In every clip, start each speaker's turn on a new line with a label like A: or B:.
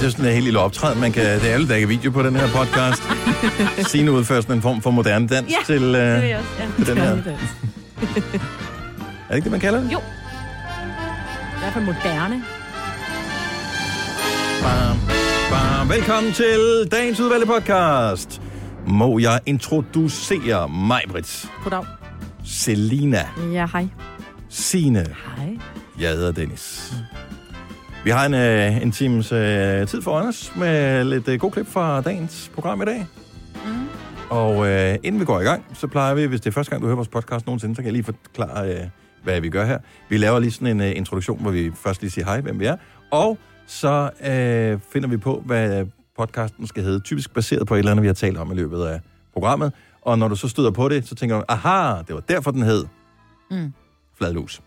A: det er sådan en helt lille optræden. Man kan, det er alle, der ikke er video på den her podcast. Signe udfører sådan en form for moderne dans
B: Ja,
A: til, øh,
B: det
A: til
B: vil jeg også. Ja.
A: den her. Er det ikke det, man kalder det?
B: Jo. I hvert fald moderne.
A: Bam, bam. Velkommen til dagens udvalgte podcast. Må jeg introducere mig, Britt,
C: Goddag.
A: Selina,
C: Ja, hej.
A: Sine.
C: Hej.
A: Jeg hedder Dennis. Vi har en, øh, en times øh, tid foran os med lidt øh, god klip fra dagens program i dag. Og øh, inden vi går i gang, så plejer vi, hvis det er første gang, du hører vores podcast nogensinde, så kan jeg lige forklare, øh, hvad vi gør her. Vi laver lige sådan en øh, introduktion, hvor vi først lige siger hej, hvem vi er. Og så øh, finder vi på, hvad podcasten skal hedde. Typisk baseret på et eller andet, vi har talt om i løbet af programmet. Og når du så støder på det, så tænker du, aha, det var derfor, den hed
C: Mm.
A: Fladlus.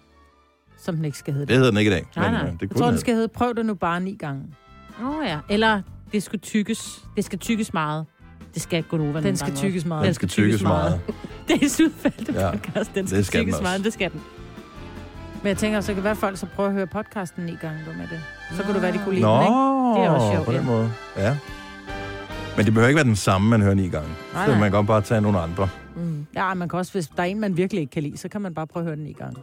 C: Som den ikke skal hedde.
A: Det hedder den ikke i dag.
C: nej, nej.
A: øh, kunne
C: jeg tror, den
A: hedde.
C: skal hedde, prøv det nu bare ni gange.
B: Åh oh, ja.
C: Eller, det skal tykkes. Det skal tykkes meget. Det skal gå over
B: Den skal tykkes meget.
A: Den skal tykkes meget.
C: Det er sydfældte
A: Ja,
C: ja, podcast. Den
A: det
C: skal,
A: skal den
C: tykkes
A: også.
C: meget. Det skal den. Men jeg tænker, så kan være folk, så prøver at høre podcasten ni gange du med det. Så kunne det være, de kunne lide
A: Nå,
C: den, ikke? Det er også sjovt,
A: på den
C: ja.
A: måde. Ja. Men det behøver ikke være den samme, man hører ni gange.
C: Nej,
A: så
C: nej.
A: man kan godt bare tage nogle andre.
C: Mm. Ja, man kan også, hvis der er en, man virkelig ikke kan lide, så kan man bare prøve at høre den ni gange.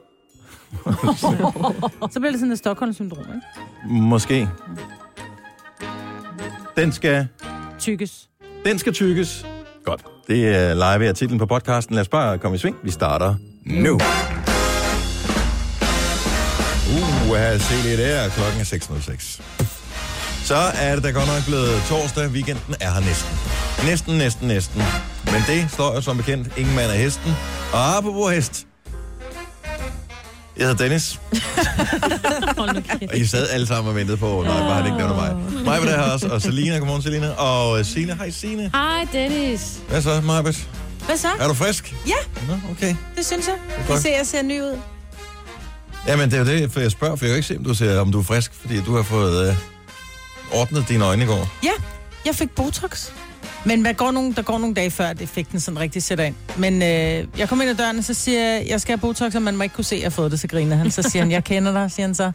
C: så bliver det sådan et Stockholm-syndrom, ikke?
A: Måske. Den skal,
C: Tykkes.
A: den skal tykkes. Godt. Det er live af titlen på podcasten. Lad os bare komme i sving. Vi starter nu. Uh, se lige der. Klokken er 6.06. Så er det da godt nok blevet torsdag. Weekenden er her næsten. Næsten, næsten, næsten. Men det slår jo som bekendt ingen mand af hesten. Og apropos hest. Jeg hedder Dennis.
B: Hold nu kæft.
A: Og I sad alle sammen og ventede på, nej, bare han ikke nævner mig. Mig var der her også, og Selina, godmorgen Selina. Og øh, Signe, hej Signe.
B: Hej Dennis.
A: Hvad så, Marbet?
D: Hvad så?
A: Er du frisk?
D: Ja.
A: Nå, okay.
D: Det synes jeg.
A: godt.
D: Det ser, jeg ser ny ud.
A: Jamen, det er jo det, for jeg spørger, for jeg kan ikke se, om du, ser, om du er frisk, fordi du har fået øh, ordnet dine øjne i går.
D: Ja, jeg fik Botox. Men der går, nogle, der går nogle dage før, at effekten sådan rigtig sætter ind. Men øh, jeg kom ind ad døren, og så siger jeg, jeg skal have Botox, og man må ikke kunne se, at jeg har fået det, så griner han. Så siger han, jeg kender dig, siger han så.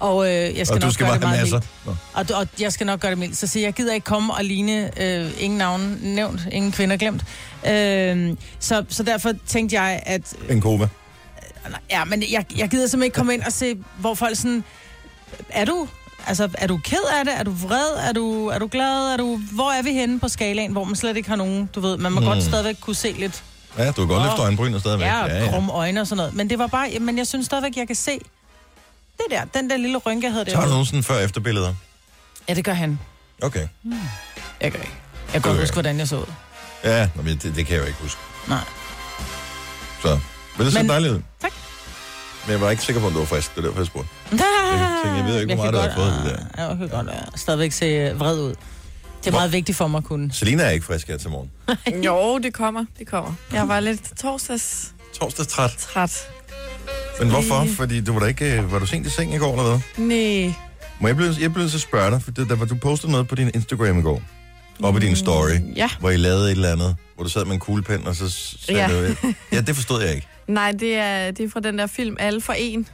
D: Og øh, jeg skal
A: Og du
D: nok
A: skal bare
D: gøre det
A: have
D: meget
A: masser.
D: mildt. Og, du- og jeg skal nok gøre det mildt. Så siger jeg, jeg gider ikke komme og ligne øh, ingen navn nævnt, ingen kvinder glemt. Øh, så, så derfor tænkte jeg, at
A: Nå, En kova.
D: Ja, men jeg, jeg gider simpelthen ikke komme ind og se, hvor folk sådan... Er du, altså, er du ked af det? Er du vred? Er du, er du glad? Er du, hvor er vi henne på skalaen, hvor man slet ikke har nogen, du ved? Man må
A: Mm.
D: mm. godt stadigvæk kunne se lidt.
A: Ja, du kan godt
D: Nå.
A: løfte øjenbrynet stadigvæk.
D: Ja, og krumme øjne og sådan noget. Men det var bare... Men jeg synes stadigvæk, jeg kan se... Det der, den der lille rynke, jeg havde
A: Tager du
D: det.
A: nogen sådan før- og efterbilleder?
D: Ja, det gør han.
A: Okay.
D: Jeg gør ikke. Jeg kan godt
A: Okay.
D: huske, hvordan jeg så ud.
A: Ja, nå, men det, det kan jeg jo ikke huske.
D: Nej.
A: Så, men det ser
D: Men-
A: dejligt ud.
D: Tak.
A: Men jeg var ikke sikker på, om du var frisk. Det var derfor, jeg spurgte. Jeg tænker, jeg ved jo ikke, hvor
D: kan
A: meget du har
D: godt- Ah.
A: fået det der.
D: Ja, Jeg kan godt være. stadigvæk se øh, vred ud. Det er
A: Hvor-
D: meget vigtigt for mig at kunne.
A: Selina er ikke frisk her til morgen.
E: Jo, det kommer, det kommer. Jeg var lidt torsdags
A: Torsdagstræt.
E: træt.
A: Men hvorfor?
E: Lige-
A: Fordi du var, da ikke, øh, var du sent i seng i går, eller hvad?
E: Nej.
A: Må jeg blive, jeg blev så spørge dig, for det, der var, du postede noget på din Instagram i går. Op i din story,
E: Mm, Ja,
A: hvor I lavede et eller andet. Hvor du sad med en kuglepen, og så s- sagde
E: Ja.
A: du... Ja, det forstod jeg ikke.
E: nej, det er, det er fra den der film Alle for en,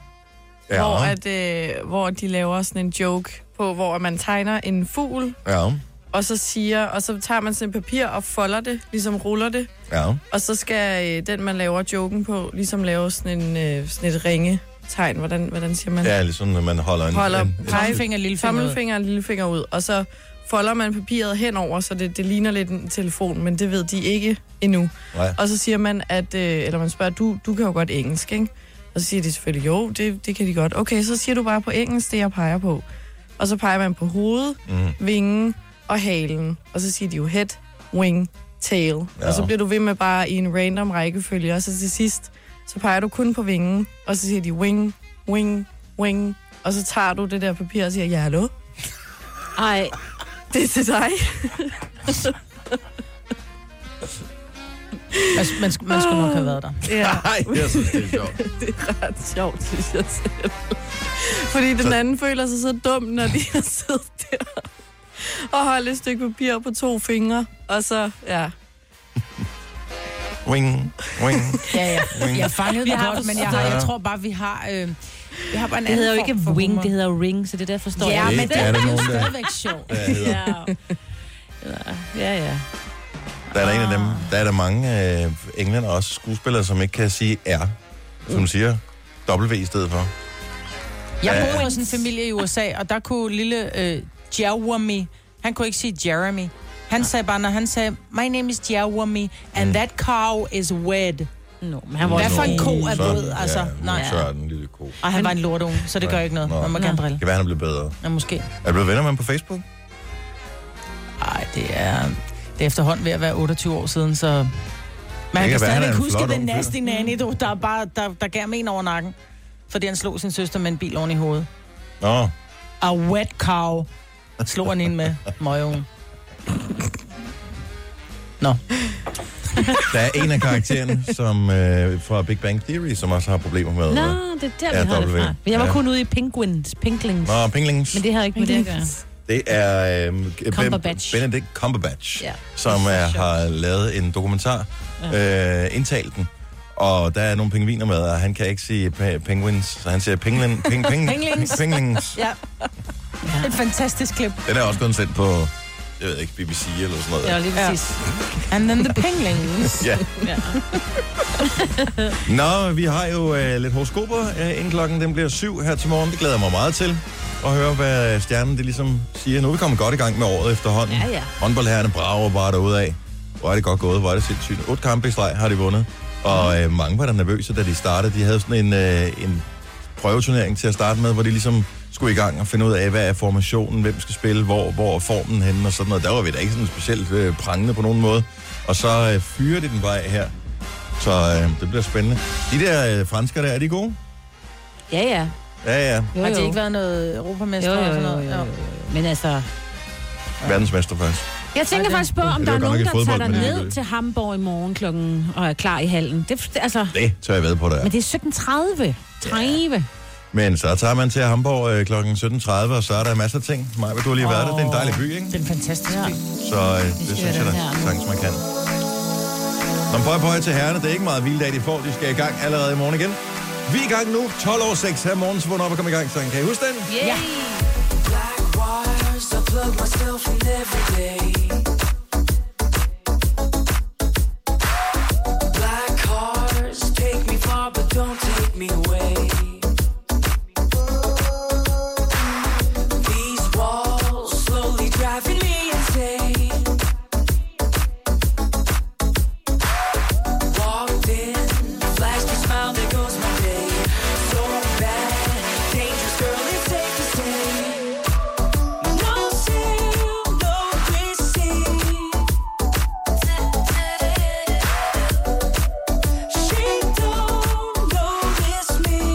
E: ja. hvor, at, øh, hvor de laver sådan en joke på, hvor man tegner en fugl,
A: ja,
E: og så siger, og så tager man sådan et papir og folder det, ligesom ruller det,
A: ja.
E: og så skal øh, den, man laver joken på, ligesom lave sådan, en, øh, sådan et ringetegn, hvordan, hvordan siger man?
A: Det er ligesom, når man holder en...
E: Holder
A: en, en
E: pege-
D: Tommelfinger, lillefinger. ud.
E: Tommelfinger og lillefinger ud, og så folder man papiret henover, så det, det ligner lidt en telefon, men det ved de ikke endnu.
A: nej.
E: Og så siger man, at, øh, eller man spørger, du, du kan jo godt engelsk, ikke? Og så siger de selvfølgelig, jo, det, det kan de godt. Okay, så siger du bare på engelsk det, jeg peger på. Og så peger man på hovedet,
A: Mm.
E: vingen og halen. Og så siger de jo head, wing, tail.
A: Ja.
E: Ja. Og så bliver du ved med bare i en random rækkefølge. Og så til sidst, så peger du kun på vingen. Og så siger de wing, wing, wing. Og så tager du det der papir og siger, ja, hallo,
B: Ej,
E: det er til dig.
D: Man, Altså, man, sk- man skulle nok have været der.
E: Ja.
A: Nej, jeg synes, det er sjovt.
E: Det er ret sjovt, synes jeg selv. Fordi den anden føler sig så dum, når de har siddet der og holdt et stykke papir på to fingre, og så, ja.
A: wing, wing,
C: Ja, ja.
A: wing.
C: Jeg fangede
B: Vi
C: det
B: har
C: godt, men jeg,
B: forstået.
C: har, jeg tror bare, vi har... Øh, vi har bare en
B: Det hedder jo ikke wing, det
C: hedder...
B: hedder ring, så det der forstår
C: Ja,
B: jeg.
A: Det
C: men det
A: er
C: er
A: der
C: jo
A: nogen, der-
C: stadigvæk sjovt.
A: Der, hedder,
B: Ja, ja.
A: der er der en af dem. Der er der mange øh, englænder også skuespillere, som ikke kan sige R, som siger W i stedet for.
C: Jeg
A: Ja.
C: boede hos en familie i USA, og der kunne lille øh, Jeremy, han kunne ikke sige Jeremy. Han sagde bare, når han sagde, my name is Jeremy, and
A: Mm.
C: that cow is wed.
B: Nå, men han var
C: Hvad
B: også
C: for en
B: en
C: ko
A: Så-
C: er død, altså?
A: Ja,
C: Nej.
A: Nej. så er den lille ko. Det
C: Og han var en lortunge, så det gør ikke noget.
A: Nå.
C: Man må gerne drille.
A: kan være, han er blevet bedre.
C: Ja, måske.
A: Er du blevet venner med ham på Facebook?
C: Nej, det er, det er efterhånden ved at være 28 år siden, så... Men
A: kan være,
C: han kan
A: han er
C: stadigvæk
A: en
C: huske
A: flot
C: den
A: ung fyr.
C: nasty nanny, du, der, er bare, der, der gav mig en over nakken. Fordi han slog sin søster med en bil oven i hovedet.
A: Nå,
C: A wet cow slog han ind med møgungen.
A: der er en af karaktererne som, øh, fra Big Bang Theory, som også har problemer med...
B: Nå,
A: øh,
B: det er der,
A: Ja,
B: vi har det
A: W.
B: fra. Men Jeg var
A: Ja.
B: kun ude i penguins, pinklings.
A: Nå, pinglings.
B: Men det har ikke med det at gøre.
A: Det er øhm,
B: Cumberbatch.
A: Ben- Benedict Cumberbatch,
B: Ja.
A: som er, har lavet en dokumentar, øh, indtalt den. Og der er nogle pingviner med, og han kan ikke sige pe- penguins, så han siger penguin, ping, ping,
C: Penglings.
A: penglings.
C: Ja. Et fantastisk klip.
A: Den er også blevet sendt på, jeg ved ikke, BBC eller sådan noget.
B: Ja, lige
C: Ja.
B: præcis.
C: And then the penguins.
A: Ja.
B: Ja.
A: Nå, vi har jo øh, lidt horoskoper, øh, inden klokken den bliver syv her til morgen. Det glæder jeg mig meget til at høre, hvad stjernen det ligesom siger. Nu er vi kommet godt i gang med året efterhånden.
B: Ja, ja.
A: Håndboldherrerne brager bare derude af. Hvor er det godt gået, hvor er det sindssygt. Otte kampe i streg har de vundet.
B: Mm.
A: Og øh, mange var der nervøse, da de startede. De havde sådan en, øh, en prøveturnering til at starte med, hvor de ligesom skulle i gang og finde ud af, hvad er formationen, hvem skal spille, hvor, hvor er formen henne og sådan noget. Der var vi da ikke sådan specielt øh, prangende på nogen måde. Og så øh, fyrer de den vej her. Så øh, det bliver spændende. De der øh, fransker der, er de gode?
B: Ja, ja.
A: Ja, ja.
B: Jo,
C: Har
B: jo.
C: det ikke været noget europamester
B: jo, jo,
C: og sådan
B: jo,
C: noget?
B: jo,
C: Jo.
B: jo. Men altså,
A: Verdensmester først.
B: Jeg tænker
C: Sådan.
B: faktisk på, om
A: Det
B: der
A: var
B: er
A: godt nok
B: nogen,
A: i
B: der
A: fodbold,
B: tager dig
A: men det er
B: ned
A: det.
B: til Hamburg i morgen klokken og er klar i hallen. Det, det altså,
A: Det tør jeg ved på, der er.
B: men det er 17.30. 30.
A: Men så tager man til Hamburg øh, kl. 17.30, og så er der masser af ting. Maja, du har lige været der. Det er en dejlig by, ikke?
C: Det er en fantastisk by.
A: Så øh, det, det synes jeg
B: den
A: da,
B: her nu.
A: sagtens man kan. Som pøj pøj til herrerne, det er ikke meget hviledag, de får. De skal i gang allerede i morgen igen. Vi er i gang nu, 12 år 6 her morgen, så vågn op og kom i gang, så kan I huske den?
B: Yeah. Ja.
F: Black waters, I plug myself in every day. Black cars take me far, but don't take me away. These walls slowly driving me insane. Walked in, flashed a smile, there goes my day. So bad, dangerous girl, it's safe to say. No seal, no receipt. She don't notice me.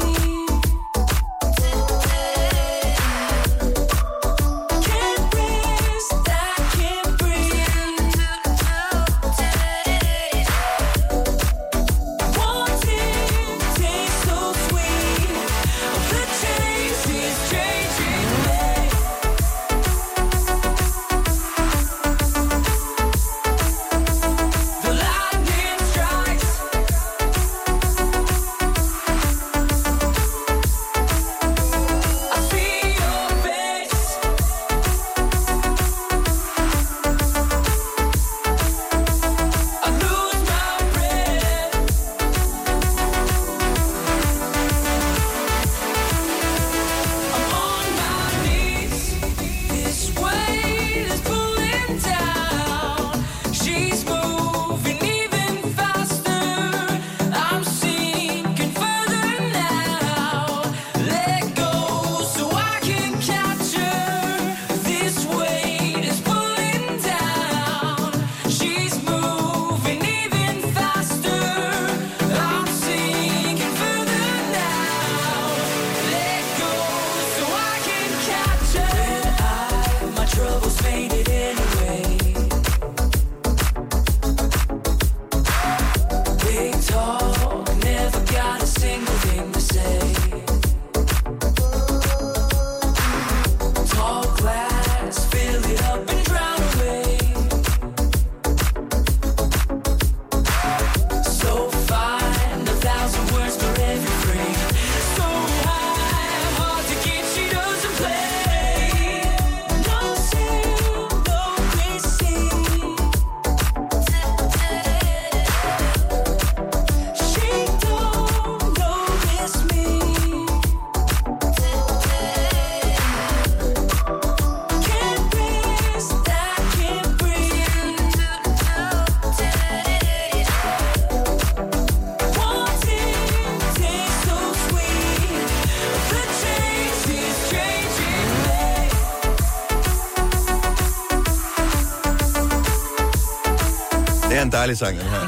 A: Det er en dejlig sang, den her.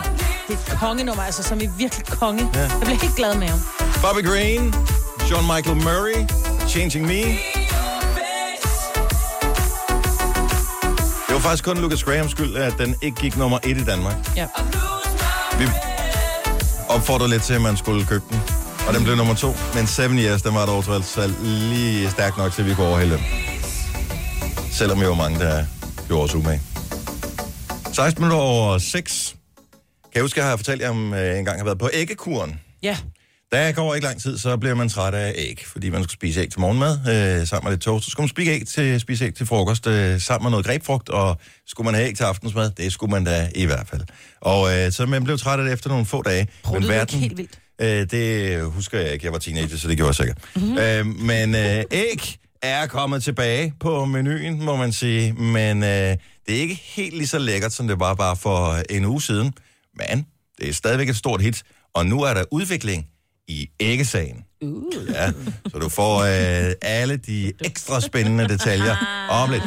C: Det er et kongenummer, altså, som er virkelig konge. Ja. Jeg bliver helt glad med ham.
A: Bobby Green, John Michael Murray, Changing Me. Det var faktisk kun Lucas Grahams skyld, at den ikke gik nummer et i Danmark.
C: Ja.
A: Vi opfordrede lidt til, at man skulle købe den. Og den blev nummer to. Men Seven Years, den var dog trods alt lige stærk nok til, at vi kunne overhælde den. Selvom vi var mange, der gjorde os umage. 16 minutter over 6. Kan jeg huske, at jeg har fortalt jer om, øh, engang har været på æggekuren.
C: Ja.
A: Der går ikke lang tid, så bliver man træt af æg, fordi man skulle spise æg til morgenmad øh, sammen med lidt toast. Så skulle man spise æg til, spise æg til frokost øh, sammen med noget grebfrugt, og skulle man have æg til aftensmad, det skulle man da i hvert fald. Og øh, så man blev træt af det efter nogle få dage.
C: Pruttede du ikke helt vildt?
A: Øh, det husker jeg ikke, jeg var teenager, så det gjorde jeg sikkert.
C: Mhm.
A: Mm-hmm. Øh, men øh, æg er kommet tilbage på menuen, må man sige. Men øh, det er ikke helt lige så lækkert, som det var bare for en uge siden. Men det er stadigvæk et stort hit, og nu er der udvikling i æggesagen. Uh. Ja, så du får øh, alle de ekstra spændende detaljer
B: Ah.
A: om lidt.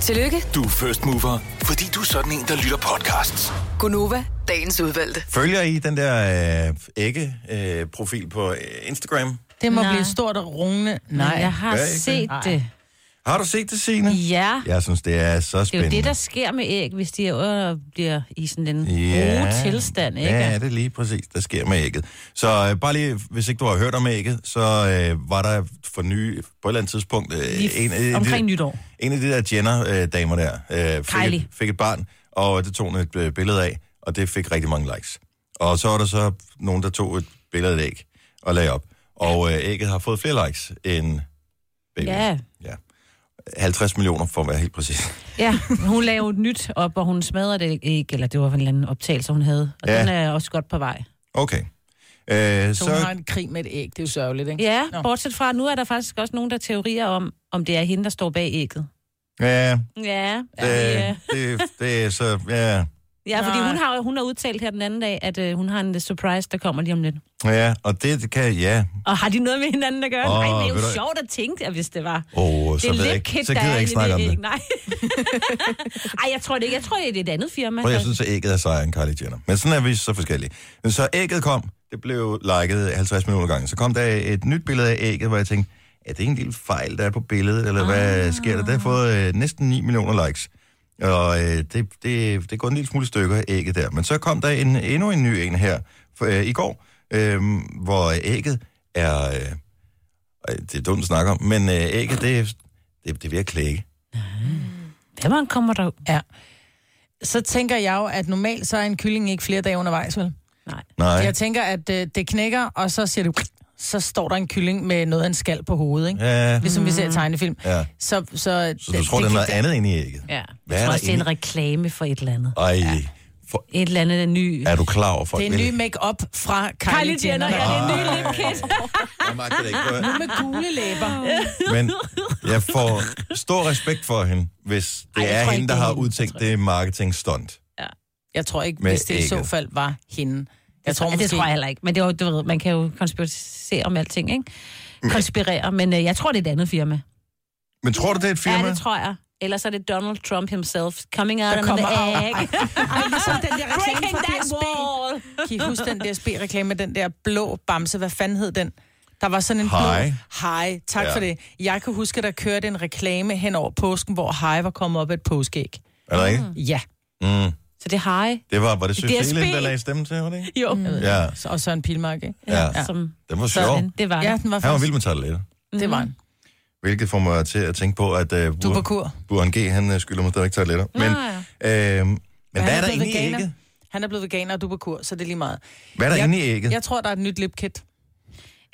G: Tillykke,
H: Du er first mover, fordi du er sådan en, der lytter podcasts.
G: Gunova, dagens udvalgte.
A: Følger I den der øh, ægge-profil øh, profil på øh, Instagram?
C: Det må
I: Nej.
C: Nej. blive stort og rungende.
I: Nej,
C: Nej.
I: jeg har
A: Gør I ikke
I: set det.
A: Har du set det, Signe?
I: Ja.
A: Jeg synes, det er så
B: Det er jo
A: spændende.
B: det, der sker med æg, hvis de er, øh, bliver i sådan en
A: Ja.
B: gode tilstand, ikke? Altså,
A: Ja, det er lige præcis, der sker med ægget. Så øh, bare lige, hvis ikke du har hørt om ægget, så øh, var der for ny, på et eller andet tidspunkt... Øh,
B: Lige
A: af de-
B: omkring nytår.
A: En af de der Jenner-damer der øh, fik, et,
B: Kylie.
A: fik et barn, og det tog hun et øh, billede af, og det fik rigtig mange likes. Og så var der så nogen, der tog et billede af et æg og lagde op. Og øh, ægget har fået flere likes end babyen.
B: Ja.
A: ja. 50 millioner for at være helt præcis.
B: Ja, hun lavede et nyt op, og hun smadrede det ikke, eller det var en eller anden optagelse, hun havde. Og
A: Ja.
B: ja. den er også godt på vej.
A: Okay. Øh,
C: Så hun har
A: så,
C: en krig med et æg. Det er jo sørgeligt, ikke?
B: Ja,
C: Nå.
B: bortset fra, at nu er der faktisk også nogen, der har teorier om, om det er hende, der står bag ægget.
A: ja,
B: Ja,
A: det,
B: ja.
A: det, det er så, ja,
B: ja fordi
C: Nej.
B: hun har, hun har udtalt her den anden dag, at øh, hun har en øh, surprise, der kommer lige om lidt.
A: ja, og det, det kan, ja,
B: Og har de noget med hinanden at gøre?
A: Åh,
B: Oh, Nej, det er
A: ved
B: jo
A: du-
B: sjovt at tænke, at hvis det var.
A: oh,
B: Det
A: så,
B: er
A: ved jeg
B: lidt
A: ikke,
B: kid,
A: så
B: der
A: gider
B: er
A: jeg ikke
B: inde i
A: snakke om
B: æg.
A: det.
B: Nej. Ej, jeg tror det ikke. Jeg tror, det er et andet firma.
A: Prøv, jeg
B: der-
A: synes, at ægget er sejere end Kylie Jenner. Men sådan er vi så forskellige. Men Så ægget kom, det blev liket 50 millioner gange. Så kom der et nyt billede af ægget, hvor jeg tænkte, er det en lille fejl, der er på billedet, eller
C: Ah.
A: hvad sker der? Det har fået øh, næsten 9 millioner likes. Og øh, det, det, det går en lille smule i stykker, ægget der. Men så kom der en, endnu en ny en her for, øh, i går, øh, hvor ægget er... Øh, øh, det er dumt at snakke om, men øh, ægget, det, det, det er ved at klække.
B: Hvem kommer der?
C: Ja. Så tænker jeg jo, at normalt så er en kylling ikke flere dage undervejs, vel?
B: Nej.
A: Nej.
C: Jeg tænker, at øh, det knækker, og så siger du... Så står der en kylling med noget af en skal på hovedet, ikke?
A: Ja,
C: Ligesom vi ser i tegnefilm.
A: ja.
C: Så, så, så
A: Så du tror, det er noget andet inde i ægget?
B: Ja.
A: Hvad
B: Jeg tror
A: er
B: også,
A: der
B: det er en
A: inde?
B: reklame for et eller andet.
A: Ej, for,
B: Et eller andet ny...
A: er du klar over folk?
C: Det er en ny make-up fra Kylie,
B: Kylie Jenner, ja, det er en ny
A: Ej.
B: lipkit.
A: Jeg magter det ikke. prøv at-
C: Med gule læber.
A: Men jeg får stor respekt for hende, hvis det
C: Ej, jeg
A: er
C: tror
A: hende,
C: ikke,
A: der
C: det er
A: har
C: hende.
A: udtænkt det marketing stunt.
C: Jeg tror ikke,
A: Med
C: hvis det i så
A: ægget.
C: fald var hende. Jeg tror
B: Ja,
C: måske...
B: det tror jeg heller ikke. Men det er jo, du ved, man kan jo konspirere om alting,
A: Mm.
B: ikke? Konspirere, men øh, jeg tror, det er et andet firma.
A: Men tror du, det er et firma?
B: Ja, det tror jeg. Ellers er det Donald Trump himself coming out
C: Der
B: of the
C: kommer af.
B: egg.
C: Ej, ligesom den der reklame
B: Breaking
C: fra
B: that
C: DSB.
B: wall.
C: Kan I huske den DSB-reklame med den der blå bamse? Hvad fanden hed den? Der var sådan en
A: Hej.
C: blå... Hej. Tak
A: Ja.
C: ja. for det. Jeg kan huske, der kørte en reklame hen over påsken, hvor hej var kommet op af et påskeæg.
A: Er der ikke?
C: Ja.
A: Mm.
B: Så det er hej.
A: Det var, var det Sofie
B: DSB.
A: Lind, der lagde stemme til, var det ikke?
C: Jo. Mm.
A: Ja,
C: Og Søren Pilmark, ikke?
A: ja.
B: Som,
A: Den var sjov.
B: sådan. Det var
C: Ja,
B: det.
C: den var
A: Han var
C: faktisk...
A: vild med toiletter.
C: Det var en.
A: Hvilket får mig til at tænke på, at uh,
C: Du er på
A: Bur-
C: kur.
A: Burhan G, han øh, skylder mig stadigvæk toiletter. Men, øh, men hvad er der
C: blevet
A: inde i
C: veganer.
A: ægget?
C: Han er blevet veganer, og du er på kur, så det er lige meget.
A: Hvad er der
C: Jeg-
A: inde i ægget?
C: Jeg tror, der er et nyt lipkit.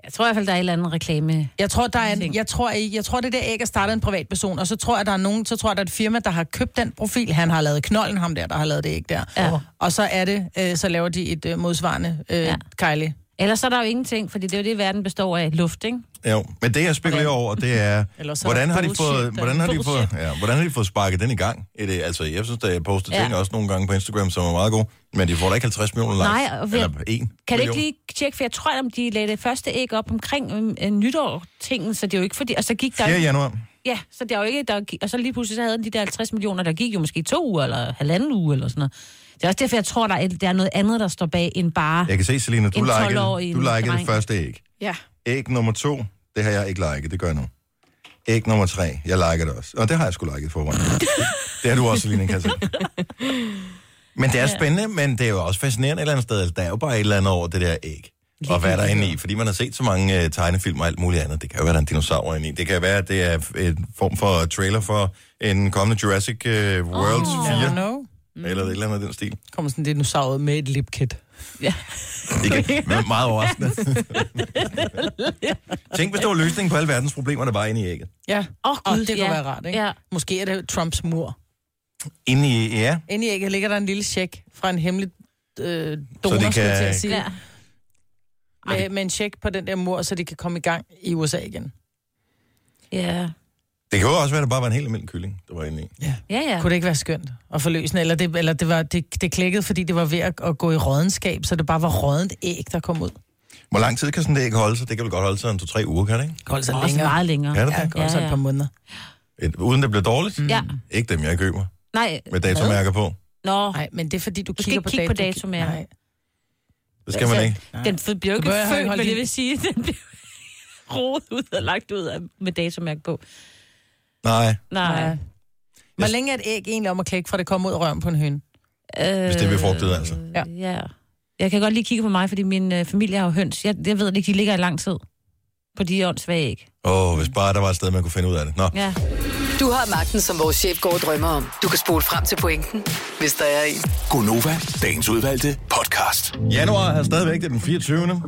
B: Jeg tror i hvert fald, der er et eller andet reklame.
C: Jeg tror, der er en, jeg tror, jeg, jeg tror, det der æg er startet af en privatperson, og så tror jeg, der er nogen, så tror jeg, der er et firma, der har købt den profil. Han har lavet knolden, ham der, der har lavet det æg der.
B: Ja.
C: Og så er det, øh, så laver de et øh, modsvarende øh, ja.
B: Ja.
C: Kylie.
B: Ellers er der jo ingenting, fordi det er jo det, verden består af. Luft, ikke?
A: Jo, men det jeg spekulerer over, det er,
C: Eller så er
A: hvordan
C: der
A: har, de
C: bullshit,
A: fået,
B: øh,
C: der-
A: hvordan, har de fået,
C: bullshit.
A: ja, hvordan har de fået sparket den i gang? Er det, altså, jeg synes, at jeg poster
B: Ja.
A: ting også nogle gange på Instagram, som er meget gode, men de får da ikke 50 millioner likes.
B: Nej, og ved-
A: eller en
B: Kan du
A: million.
B: ikke lige tjekke, for jeg øhm, tror, om de lagde det første æg op omkring øh, nytår-tingen, så det er jo ikke fordi... Og så gik der...
A: 4. januar.
B: Ja, så det er jo ikke, der, gik- og så lige pludselig så havde den de der 50 millioner, der gik jo måske to uger eller halvanden uge eller sådan noget. Det er også derfor, jeg tror, der er, der er noget andet, der står bag end bare...
A: Jeg kan se, Selina, du
B: En
A: likede,
B: 12-årig
A: du likede det
B: dreng.
A: første æg.
J: Ja.
A: Æg nummer to, det har jeg ikke liket, det gør jeg nu. Æg nummer tre, jeg liker det også. Og det har jeg sgu liket i forvejen. det har du også, Selina, kan jeg se. Men det er spændende, men det er jo også fascinerende et eller andet sted. Altså, Der er jo bare et eller andet over det der æg. Og hvad er der inde i? Fordi man har set så mange øh, tegnefilm og alt muligt andet. Det kan jo være, der er en dinosaur inde i. Det kan være, at det er en form for trailer for en kommende Jurassic øh, World
C: I don't
A: 4.
C: know.
A: Eller et eller andet af den stil.
C: Kommer sådan en dinosaur ud med et lipkit.
A: Ikke? Men meget overraskende. Tænk, hvis det var løsningen på alle verdens problemer, der var inde i ægget.
C: Ja.
B: Åh,
C: Og
B: Gud,
C: det kunne
B: ja.
C: være rart, ikke?
B: Ja.
C: Måske er det Trumps mur.
A: Inde i, ja.
C: Inde i ægget ligger der en lille check fra en hemmelig øh, donor,
A: kan-
C: kan... skulle jeg til at sige.
B: Ja.
C: Ja. Med, med en check på den der mur, så de kan komme i gang i USA igen.
B: Ja.
A: Det kan jo også være, at det bare var en helt almindelig kylling, der var inde i.
B: Ja, ja.
C: Kunne det ikke være skønt at forløse den? Eller, det, eller det, var, det, det klækkede, fordi det var ved at, at gå i rådenskab, så det bare var rådent æg, der kom ud.
A: Hvor lang tid kan sådan det ikke holde sig? Det kan vel godt holde sig en to-tre uger, kan det ikke?
C: Hold så
B: Også længere. meget længere.
A: Kan det
C: Ja,
A: det?
C: godt, så
B: Ja,
C: et
B: ja.
C: par måneder.
A: Et, uden det bliver dårligt? Mm.
B: Ja.
A: Ikke dem, jeg køber
B: Nej,
A: med datomærker på.
B: nå.
C: Nej, men det er fordi, du,
B: skal
C: kigger
B: ikke kigge
C: på,
B: på
C: dato-
B: datum, ja.
C: Nej.
A: Det skal man ikke.
B: Den f- bliver jo
C: Du
B: ikke
C: bør-
B: født,
C: hold
B: men
C: lige-
B: det vil sige, den bliver rodet ud og lagt ud af, med datomærke på.
A: Nej,
B: Nej.
C: Nej. Hvor længe er et æg egentlig om at klække, fra det kommer ud af røven på en høne?
B: Øh,
A: hvis det er befrugtet, altså.
C: Ja.
B: Ja. ja. Jeg kan godt lige kigge på mig, fordi min øh, familie har jo høns. Jeg, jeg ved ikke, de ligger i lang tid på de åndssvage æg.
A: Åh, oh, hvis bare der var et sted, man kunne finde ud af det. Nå,
B: Ja.
G: Du har magten, som vores chef går og drømmer om. Du kan spole frem til pointen, hvis der er en.
K: Gonova, dagens udvalgte podcast.
A: januar er stadigvæk det er den 24.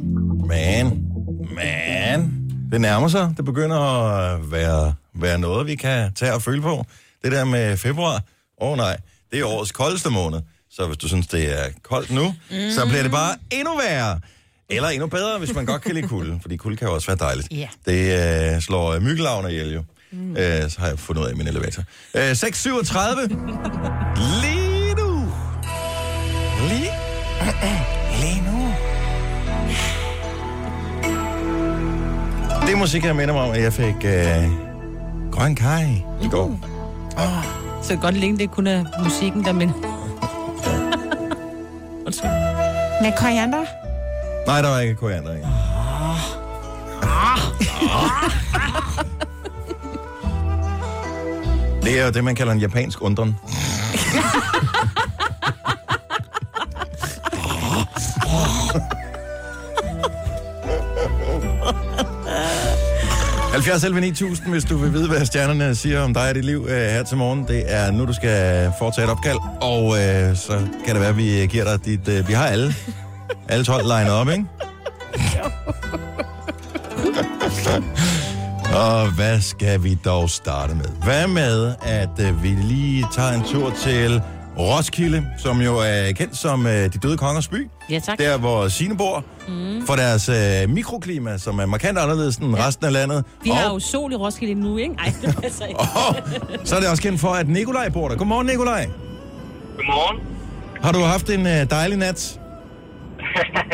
A: Men, men, det nærmer sig. Det begynder at være, være noget, vi kan tage og føle på. Det der med februar, åh oh, nej, det er årets koldeste måned. Så hvis du synes, det er koldt nu, mm. så bliver det bare endnu værre. Eller endnu bedre, hvis man godt kan lide kulde, fordi kulde kan jo også være dejligt.
C: Ja.
A: Det øh, slår øh, myggelavn ihjel jo. Mm. Øh, så har jeg fundet ud af i min elevator. Øh, 6.37. Lige nu. Lige. Lige nu. Det er musik, jeg minder mig om, at jeg fik øh, grøn kaj Uh. i går.
B: Så det kan godt længe det kun er musikken, der men... Undskyld.
C: Med koriander?
A: Nej, der var ikke koriander i. Det er jo det, man kalder en japansk undren. Halvfjerds elleve 9000, hvis du vil vide, hvad stjernerne siger om dig og dit liv øh, her til morgen. Det er nu, du skal foretage et opkald, og øh, så kan det være, at vi giver dig dit... Øh, vi har alle alle 12 line op, ikke? Og hvad skal vi dog starte med? Hvad med, at øh, vi lige tager en tur til Roskilde, som jo er kendt som øh, de døde kongers by.
B: Ja, tak.
A: Der, hvor Signe bor, mm. for deres øh, mikroklima, som er markant anderledes end resten af landet.
B: Vi
A: og,
B: har jo sol i Roskilde nu, ikke? Ej, det passer ikke.
A: og så er det også kendt for, at Nikolaj bor der. Godmorgen, Nikolaj.
L: Godmorgen.
A: Har du haft en øh, dejlig nat?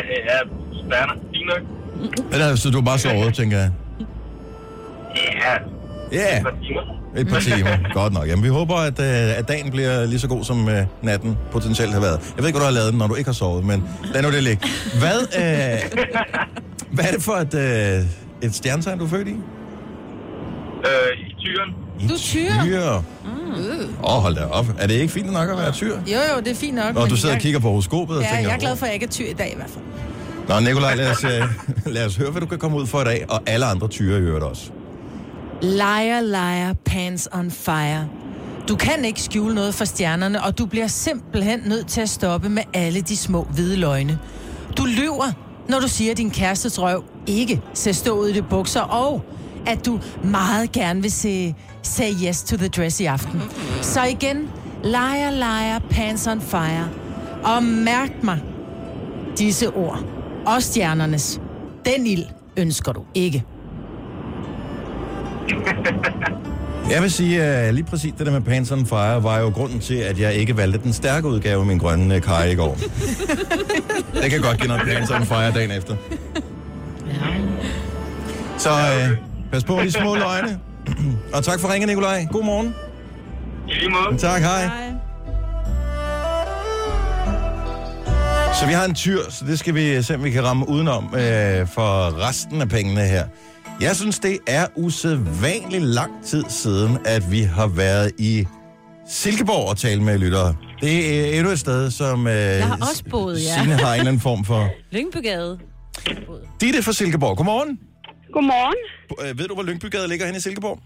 L: ja, Werner. Fint nok.
A: Eller så du bare sovet, tænker jeg.
L: Ja,
A: Ja. Yeah.
L: et par timer.
A: Et par timer. Godt nok. Jamen, vi håber, at, øh, at dagen bliver lige så god, som øh, natten potentielt har været. Jeg ved ikke, hvad du har lavet den, når du ikke har sovet, men lad nu det ligge. Hvad, øh, hvad er det for et, øh, et stjernetegn, du er født i?
L: Øh, I tyren.
A: Du er tyr. Åh, oh, hold da op. Er det ikke fint nok at være tyr?
C: Jo, jo, det er fint nok.
A: Når
C: men
A: du sidder og
C: jeg-
A: kigger på horoskopet og
C: Ja,
A: tænker...
C: jeg er glad for, at jeg ikke er tyr i dag i hvert fald.
A: Nå, Nikolaj, lad os, øh, lad os høre, hvad du kan komme ud for i dag, og alle andre tyre i øvrigt også.
C: Liar, liar, pants on fire. Du kan ikke skjule noget for stjernerne, og du bliver simpelthen nødt til at stoppe med alle de små hvide løgne. Du lyver, når du siger, at din kærestes røv ikke ser stå ud i de bukser, og at du meget gerne vil se say yes to the dress i aften. Så igen, liar, liar, pants on fire. Og mærk mig disse ord, og stjernernes. Den ild ønsker du ikke.
A: Jeg vil sige, at lige præcis det der med Pants on Fire var jo grunden til, at jeg ikke valgte den stærke udgave af min grønne øh, kaj i går. det kan godt give noget Pants on Fire dagen efter. Så øh, pas på de små løgne. Og tak for ringen, Nikolaj. God morgen.
M: I lige måde.
A: Tak, hej. Så vi har en tyr, så det skal vi se, om vi kan ramme udenom øh, for resten af pengene her. Jeg synes, det er usædvanligt lang tid siden, at vi har været i Silkeborg og tale med lyttere. Det er endnu et sted, som øh, jeg
B: har også boet, ja.
A: Signe har en eller anden form for.
B: Lyngbygade.
A: Ditte fra Silkeborg, godmorgen.
D: Godmorgen.
A: Øh, ved du, hvor Lyngbygade ligger henne i Silkeborg?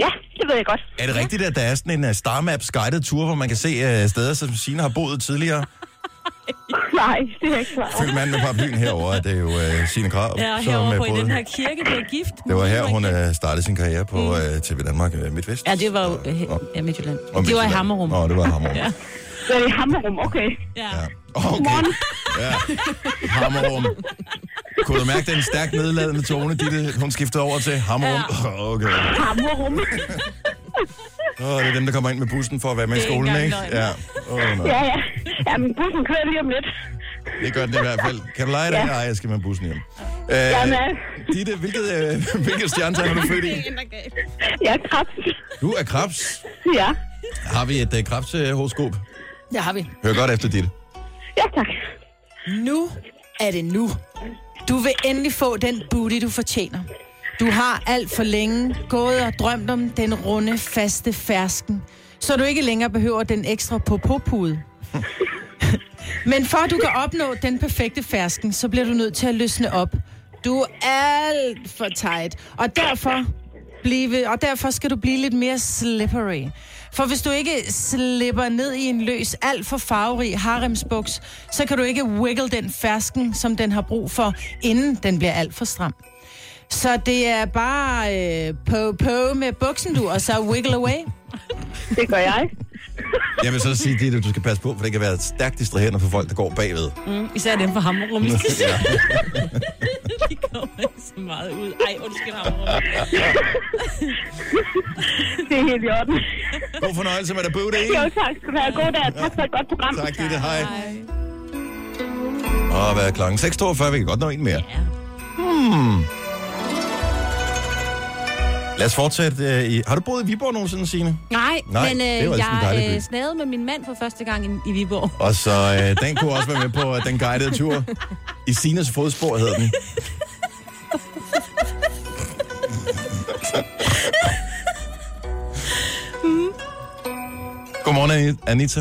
D: Ja, det ved jeg godt.
A: Er det rigtigt, at der er sådan en uh, Star Maps guided tour, hvor man kan se uh, steder, som Signe har boet tidligere?
D: Nej, det er ikke klart.
A: Fyldt mand med paraplyen herovre, det er jo uh, Signe Krav,
B: Ja,
A: som
B: herovre
A: øh,
B: på i
A: boede-
B: den her Mm. kirke, der er gift.
A: Det var her, hun øh, startede sin karriere på øh, TV Danmark øh, MidtVest.
B: Ja, det var jo øh, ja, Midtjylland.
A: Og
B: Mm. Det var i
A: Midtjylland.
B: Hammerum.
A: Nå, det var i Hammerum.
B: Ja.
D: Det er i Hammerum, okay.
B: Ja.
A: Okay. Ja. Hammerum. Kunne du mærke den stærkt nedladende tone, Ditte, hun skiftede over til? Hammerum. Okay.
D: Hammerum.
A: Åh, det er dem, der kommer ind med bussen for at være med i
D: Det er ikke
A: skolen, ikke?
D: engang
A: Ja. Åh, nej.
D: Ja, ja. Ja, men bussen kører lige om lidt.
A: Det gør den i hvert fald. Kan du lege det?
D: Ja.
A: Nej, jeg skal med bussen hjem. Øh,
D: Jamen.
A: Ditte, hvilket, øh, hvilket stjernetegn er du født i?
D: Ja, krebs.
A: Du er krebs.
D: Ja.
A: Har vi et øh, krebshoroskop?
D: Det har vi.
A: Hør godt efter, Ditte.
D: Ja, tak.
C: Nu er det nu. Du vil endelig få den booty, du fortjener. Du har alt for længe gået og drømt om den runde, faste fersken, så du ikke længere behøver den ekstra popopude. Men for at du kan opnå den perfekte fersken, så bliver du nødt til at løsne op. Du er alt for tight, og derfor, blive, og derfor skal du blive lidt mere slippery. For hvis du ikke slipper ned i en løs, alt for farverig haremsbuks, så kan du ikke wiggle den fersken, som den har brug for, inden den bliver alt for stram. Så det er bare øh, på på med buksen du, og så wiggle away.
D: Det gør jeg.
A: Jeg vil så sige, Ditte, du skal passe på, for det kan være stærkt distraherende for folk, der går bagved.
B: Mm, især dem fra Hammerum. De
A: Ja.
B: kommer ikke så meget ud. Ej, undskyld Hammerum.
D: Det er helt i orden.
A: God fornøjelse med dig, Booty.
D: Jo, tak. Skal du have god dag. Tak for et godt program.
A: Tak, Gitte. Hej. Og hvad er klokken? 6.42, vi kan godt nå en mere. Hmm. Lad os fortsætte. øh, i... Har du boet i Viborg nogensinde, Signe?
B: Nej,
A: Nej,
B: men
A: det var
B: øh,
A: altså en dejlig
B: jeg
A: by.
B: øh, snagede med min mand for første gang i, i Viborg.
A: Og så øh, den kunne også være med på øh, den guidede tur. I Sines fodspor hed den. Godmorgen, Ani- Anita.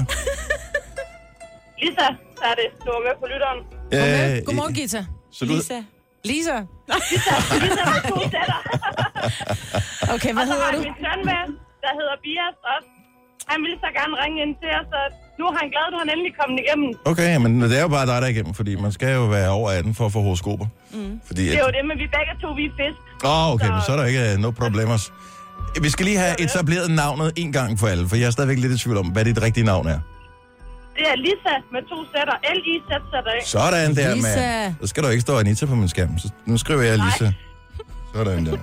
D: Lisa, så er det. Du var med på lytteren.
A: Øh,
C: Godmorgen, Gita.
A: så du-
C: Lisa. Lisa.
D: Lisa har to datter.
C: Okay, hvad
D: og så har
C: hedder
D: jeg
C: du?
D: min søn med, der hedder Bias også. Han ville så gerne ringe ind til os, så nu er han glad, du har endelig kommet igennem.
A: Okay, men det er jo bare dig, der er igennem, fordi man skal jo være over 18 for at få horoskoper. Mm. Fordi
D: Det
A: at...
D: er jo det, men vi begge to, vi er fisk.
A: Åh, oh, okay, men så er der ikke uh, no problemers. Vi skal lige have etableret navnet en gang for alle, for jeg er stadigvæk lidt i tvivl om, hvad dit rigtige navn er.
D: Det er Lisa med to sætter. L-I-Z sætter af.
A: Sådan der,
D: Lisa.
A: mand. Så skal du ikke stå Anita på min skærm. Så nu skriver jeg Lisa. Sådan der.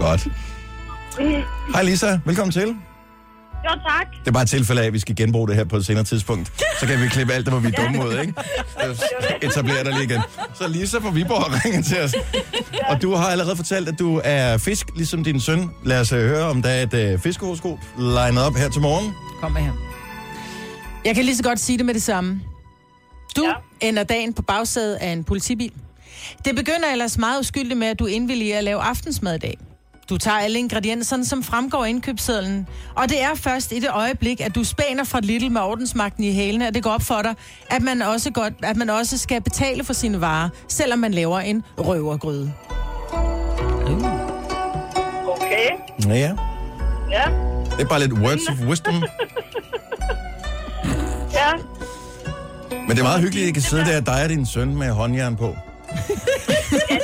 A: Godt. Hej Lisa, velkommen til.
D: Jo, tak.
A: Det er bare et tilfælde af, at vi skal genbruge det her på et senere tidspunkt. Så kan vi klippe alt det, hvor vi er dumme ud, ikke? Så etablerer dig lige igen. Så Lisa fra Viborg ringer til os. Og du har allerede fortalt, at du er fisk, ligesom din søn. Lad os øh, høre, om der er et øh, fiskehoroskop legnet op her til morgen.
C: Kom med her. Jeg kan lige så godt sige det med det samme. Du ja. ender dagen på bagsædet af en politibil. Det begynder ellers meget uskyldigt med, at du indvilliger at lave aftensmad i dag. Du tager alle ingredienserne, som fremgår af indkøbssedlen. Og det er først i det øjeblik, at du spæner fra Little med ordensmagten i hælene, at det går op for dig, at man også, godt, at man også skal betale for sine varer, selvom man laver en røvergryde.
D: Okay.
A: Ja,
D: Ja.
A: det er bare lidt words of wisdom.
D: Ja.
A: Men det er meget hyggeligt, at I kan sidde der, dig og din søn med håndjern på.
D: ja,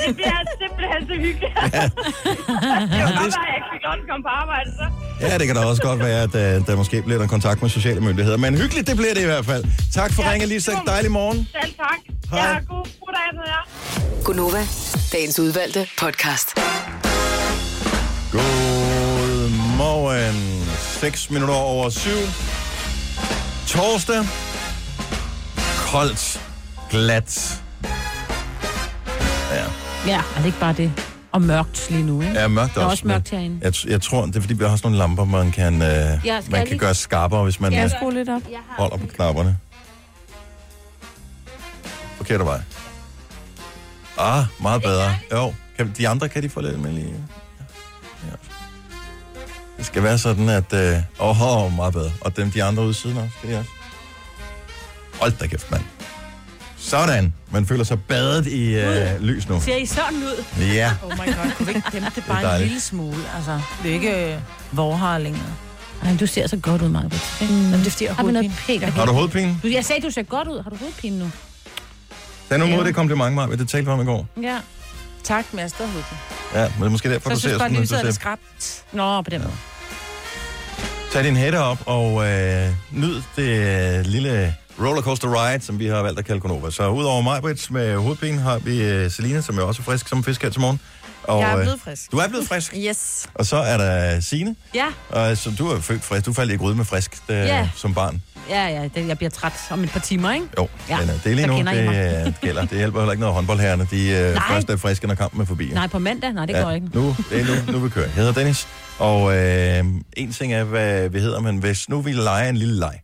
D: det bliver simpelthen så hyggeligt. det var godt, at jeg ikke fik lov til at komme på arbejde, så.
A: Ja, det kan da også godt være, at øh, der måske bliver noget kontakt med sociale myndigheder. Men hyggeligt, det bliver det i hvert fald. Tak for ja, ringen, Lisa. Dejlig morgen.
D: Selv tak.
A: Hej.
D: Ja, god, god dag til jer.
G: Gunova, dagens udvalgte podcast.
A: Godmorgen. 6 minutter over 7. Torsdag. Koldt. Glat. Ja.
B: Ja, og det er ikke bare det. Og mørkt lige nu, ikke?
A: Ja, mørkt
B: Der er
A: også,
B: også
A: men
B: mørkt herinde.
A: Jeg, t- jeg tror, det er fordi, vi har sådan nogle lamper, man kan, øh,
B: jeg
A: man kan
B: lige-
A: gøre skarpere, hvis man
E: Kan
A: øh,
E: jeg skrue lidt op?
C: Ah,
A: holder på knapperne. Forkerte vej. Ah, meget bedre. Jo, kan, de andre kan de få lidt almindelige. Ja. Det skal være sådan, at... Øh, åh, oh, meget bedre. Og dem de andre ude siden også, det er også. Hold da kæft, mand. Sådan. Man føler sig badet i øh, lys nu.
B: Ser I sådan ud?
A: Ja.
C: Oh my god, kunne vi ikke dæmpe det bare
A: Det er
C: det en
A: dejligt.
C: lille smule? Altså, det er ikke vorharlinger.
B: Ej, du ser så godt ud, Maja. Mm.
C: Men det er fordi, jeg
B: Har, noget
C: hovedpine.
B: pænt.
A: Har du hovedpine?
B: Du, jeg sagde, du ser godt ud. Har du hovedpine nu?
A: Tag nu mod det kompliment, Maja. Det talte vi om i går.
B: Ja.
C: Tak, men jeg er stadig hovedpine.
A: Ja, men det er måske derfor,
C: Så
A: du ser
C: synes
A: sådan,
C: bare, at
A: ud,
C: lyset er
A: du
C: lidt
A: ser.
C: skrabt.
B: Nå, på den måde.
A: Tag din hætte op og øh, nyd det øh, lille rollercoaster ride, som vi har valgt at kalde Konova. Så udover mig, Brits, med hovedpine, har vi øh, Selina, som jo også er frisk som en fisk her til morgen. Og,
E: Jeg er
A: øh,
E: blevet frisk.
A: Du er blevet frisk.
E: Yes.
A: Og så er der Signe,
B: Ja,
A: og, så du er født frisk. Du faldt i gryde med frisk øh,
B: Ja.
A: som barn.
B: ja, ja. det- Jeg bliver træt om et par timer, ikke?
A: Jo,
B: Ja,
A: ja, men, øh, det er lige
B: så
A: nu,
B: kender I
A: det øh, gælder. Det hjælper heller ikke noget håndboldherrerne. De øh,
B: Nej.
A: først er friske, når kampen er forbi.
B: Nej, på mandag? Nej, det går ikke.
A: Nu, det er nu, nu vi kører. Jeg hedder Dennis, og øh, en ting er, hvad vi hedder, men hvis nu vi leger en lille leg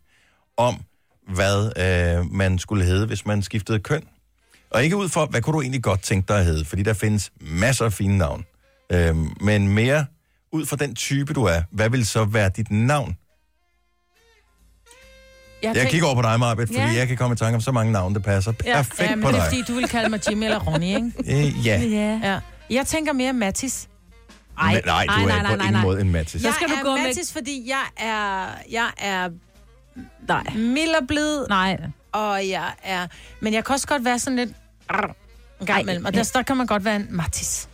A: om, hvad øh, man skulle hedde, hvis man skiftede køn. Og ikke ud for, hvad kunne du egentlig godt tænke dig at hedde, fordi der findes masser af fine navn. Øh, men mere ud fra den type, du er, hvad vil så være dit navn? Jeg, jeg
C: tænkte-
A: kigger over på dig, Marbet, fordi
C: Ja.
A: jeg kan komme i tanke om så mange navne, der passer perfekt
C: ja, men
A: på
C: det
A: dig.
C: er fordi, du vil kalde mig Jimmy eller Ronny, ikke?
A: Øh, ja.
C: ja. Jeg tænker mere Mattis.
A: Ej, nej, nej, du er på ingen måde en Mathis.
B: Så
C: Jeg
B: skal du
C: er
B: gå med-
C: Mattis, fordi jeg er, jeg er
B: Nej.
C: mild og blid,
B: Nej.
C: og jeg er... Men jeg kan også godt være sådan lidt... Arr, en gang
B: Ej,
C: imellem, og der, der kan man godt være en Mattis.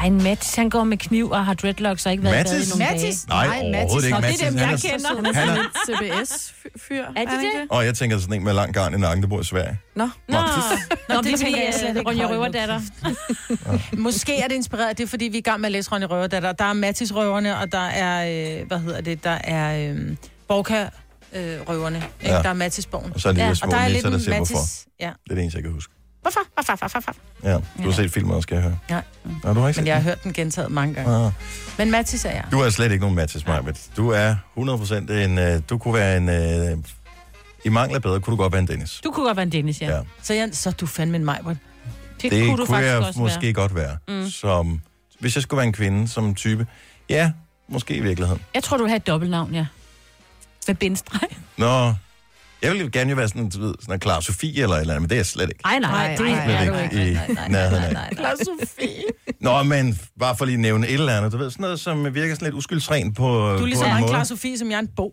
B: Ej, en Mats, han går med kniv og har dreadlocks og ikke været i bad i
A: Mattis?
B: nogle
C: Mattis?
A: Nej,
E: Nej,
A: overhovedet
E: Mathis.
A: ikke
E: Nå, det er
A: Mathis.
C: dem,
A: Han
C: jeg
A: er-
C: kender.
E: Så sidder
A: Han
E: sådan
A: er-
E: lidt CBS-fyr.
B: det
E: han ikke
B: det?
A: Og jeg tænker sådan en med lang garn i nakken, der bor i Sverige.
E: Nå.
B: Nå, Nå,
C: det
B: det er fordi,
C: tænker jeg slet
B: øh,
C: ikke
B: Ronja
C: højt nok.
B: Røverdatter.
C: Måske er det inspireret af det, er, fordi vi er i gang med at læse Ronny Røverdatter. Der er Mattis Røverne, og der er... Øh, hvad hedder det? Der er øh, Borka øh, Røverne. Ikke?
A: Ja.
C: Der er Mattis Borgen.
A: Og så er det ja.
B: Ja,
A: små
C: Og der er lidt
A: nisser, der
C: en
A: siger, hvorfor.
C: Mattis... Ja.
A: Det er det eneste, jeg kan huske.
C: Hvorfor? Hvorfor? Hvorfor? Hvorfor?
A: Ja, du har set filmen også, skal jeg høre.
C: Ja.
A: Nå, du har ikke set
C: Men jeg har
A: den?
C: hørt den gentaget mange gange.
A: Ah.
C: Men Mattis er jeg.
A: Du er slet ikke nogen Mattis, Majbet. Du er 100% en... øh, Du kunne være en... øh, I mangel af bedre, kunne du godt være en Dennis.
B: Du kunne godt være en Dennis, ja.
A: Ja.
B: ja.
C: Så, jeg, så er du fandme en majbert.
B: Det,
A: Det
B: kunne du faktisk
A: jeg
B: også
A: måske
B: være. Mm.
A: godt være. Som, hvis jeg skulle være en kvinde som type. Ja, måske i virkeligheden.
B: Jeg tror, du vil have et dobbeltnavn, ja. Med bindestreg.
A: Nå, jeg ville gerne jo være sådan, du ved, sådan en klar Sofie eller et eller andet, men det er jeg slet ikke.
B: Ej, nej,
E: Nej,
B: nej, det
E: nej,
A: Slet
B: er du
A: ikke
B: ikke.
A: i nærheden af.
E: Klar Sofie.
A: Nå, men bare for lige at nævne et eller andet. Du ved, sådan noget, som virker sådan lidt uskyldsrent på,
C: Du er ligesom
A: på en
C: en
A: måde.
C: klar Sofie, som jeg er en Bo.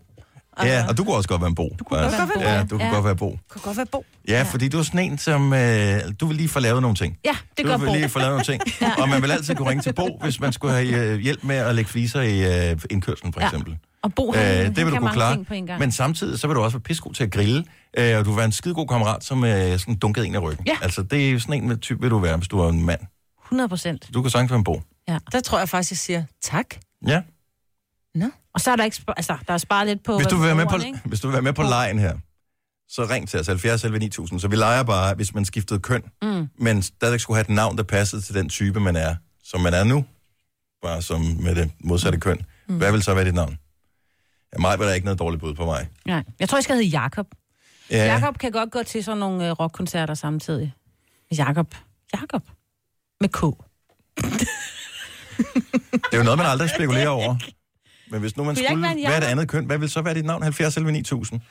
A: Ja, og du kunne også godt være en bo. Du kunne
C: godt være en Bo,
A: Ja,
C: ja.
A: du kunne
B: Ja.
A: godt være bo.
C: Kan godt være Bo.
A: Ja, fordi du er sådan en, som... Øh, du vil lige få lavet nogle ting.
B: Ja, det
A: du
B: gør
A: vil
B: Bo.
A: lige få lavet nogle ting. Og man vil altid kunne ringe til Bo, hvis man skulle have øh, hjælp med at lægge fliser i øh, indkørslen, for
B: Ja.
A: eksempel.
B: Og Bo, han,
A: Øh,
B: øh,
A: det vil
B: han
A: du
B: kan
A: kunne
B: mange
A: klare.
B: ting på en gang.
A: Men samtidig, så vil du også være pissegod til at grille, øh, og du vil være en skidegod kammerat, som øh, sådan dunkede en i ryggen.
B: Ja.
A: Altså, det er sådan en med type, vil du være, hvis du er en mand.
B: 100 procent.
A: Du kan sagtens være en bo.
C: Der tror jeg faktisk, jeg siger tak.
A: Ja.
B: Og så er der ikke... sp- Altså, der er sparet lidt på...
A: Hvis du, vil være med på,
B: ordene, ikke?
A: hvis du vil være med på lejen her, så ring til os 70 11 9000. Så vi leger bare, hvis man skiftede køn,
B: Mm.
A: men stadigvæk skulle have et navn, der passede til den type, man er, som man er nu. Bare som med det modsatte køn.
B: Mm.
A: Hvad vil så være dit navn? Ja, mig var der ikke noget dårligt bud på mig.
B: Nej. Jeg tror, jeg skal hedde Jakob.
A: Ja,
B: Ja. Jakob kan godt gå til sådan nogle øh, rockkoncerter samtidig. Jakob. Jakob. Med K.
A: det er jo noget, man aldrig spekulerer over. Men hvis nu man
B: Vil jeg
A: skulle
B: ikke være en
A: være, et
B: Jakob?
A: andet køn, hvad vil så være dit navn? 70 11 9000.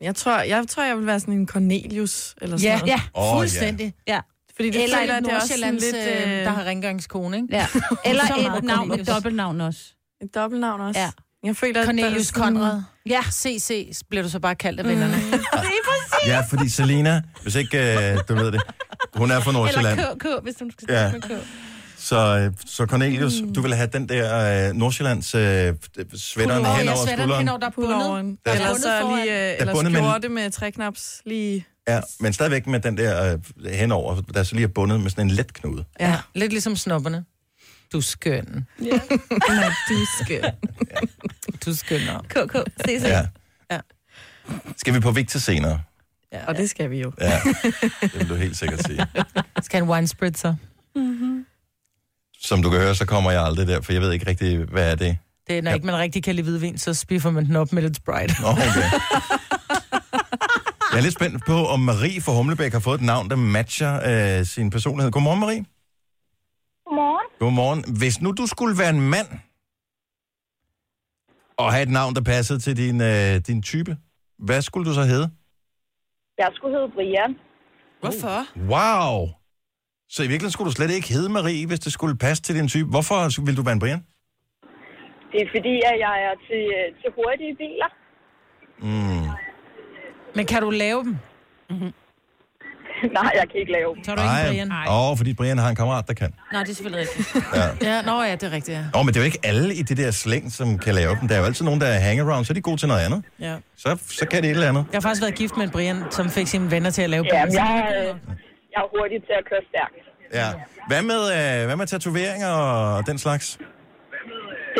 E: Jeg tror, jeg tror, jeg vil være sådan en Cornelius eller sådan noget.
B: ja.
A: Åh, ja.
C: Fuldstændig.
B: Ja.
E: Fordi det
C: Eller
E: føler
C: et
E: jeg, det er også sådan
C: Nordsjællands,
E: lidt
C: øh,
E: øh,
C: der har rengøringskone, ikke?
B: ja. Eller
C: Så meget
B: et navn, et
C: Cornelius.
B: dobbeltnavn også.
E: et dobbeltnavn også.
B: Ja.
E: Jeg føler, at der er
C: Cornelius
E: sådan-
C: Konrad.
B: Ja.
C: CC bliver du så bare kaldt af vennerne.
B: Mm.
A: Ja, fordi Selina, hvis ikke øh, du ved det, hun er fra Nordsjælland.
B: KK, hvis du skal
A: Ja. Så, øh, så Cornelius, mm. du vil have den der øh, Nordsjællands øh, svætteren
C: Åh,
A: hen
C: jeg
A: over
C: svetter den
A: skulderen.
C: henover, der er bundet.
E: pulloveren.
A: Der er
E: Eller
C: bundet
E: så
C: foran.
E: lige øh,
A: er
E: eller
A: bundet med-
E: skjorte med træknaps lige.
A: Ja, men stadigvæk med den der øh, henover, der så lige er bundet med sådan en let knude.
C: Ja, lidt ligesom snobberne. Du er skøn.
E: Nej, du skal.
C: Du er skønner.
B: KK, ses.
A: Ja.
C: Ja.
A: Skal vi på Victor senere?
E: Og det skal vi jo.
A: Ja, det vil du helt sikkert sige.
B: Mm-hmm.
C: Skal han wine spritzer?
A: Som du kan høre, så kommer jeg aldrig der, for jeg ved ikke rigtig, hvad er det.
D: Det er,
A: Ja.
D: når ja. ikke man rigtig kan lide hvidvin, så spiffer man den op med lidt Sprite.
A: Nå, okay. Jeg er lidt spændt på, om Marie fra Humlebæk har fået et navn, der matcher øh, sin personlighed. Godmorgen, Marie.
L: Godmorgen.
A: Godmorgen. Hvis nu du skulle være en mand, og have et navn, der passede til din, øh, din type, hvad skulle du så hedde?
L: Jeg skulle hedde Brian.
E: Hvorfor?
A: Wow! Så i virkeligheden skulle du slet ikke hedde Marie, hvis det skulle passe til din type. Hvorfor ville du være en Brian?
L: Det er fordi, at jeg er til, øh, til hurtige biler.
A: Mm.
D: Men kan du lave dem? Mhm.
L: Nej, jeg kan ikke lave dem.
D: Så er du ikke Brian.
A: Åh, oh, fordi Brian har en kammerat, der kan.
B: Nej, det er selvfølgelig rigtigt.
D: Ja, nå ja, det er rigtigt, ja.
A: Åh, oh, men det er jo ikke alle i det der slæng, som kan lave dem. Der er jo altid nogen, der er hangaround, så er de gode til noget andet.
D: ja.
A: Så, så kan det et eller andet.
D: Jeg har faktisk været gift med en Brian, som fik sine venner til at lave
L: Ja,
D: bilen.
C: altså,
L: jeg, øh, jeg er hurtig til at køre stærkt.
A: Ja. Hvad med, øh, hvad med tatoveringer og den slags?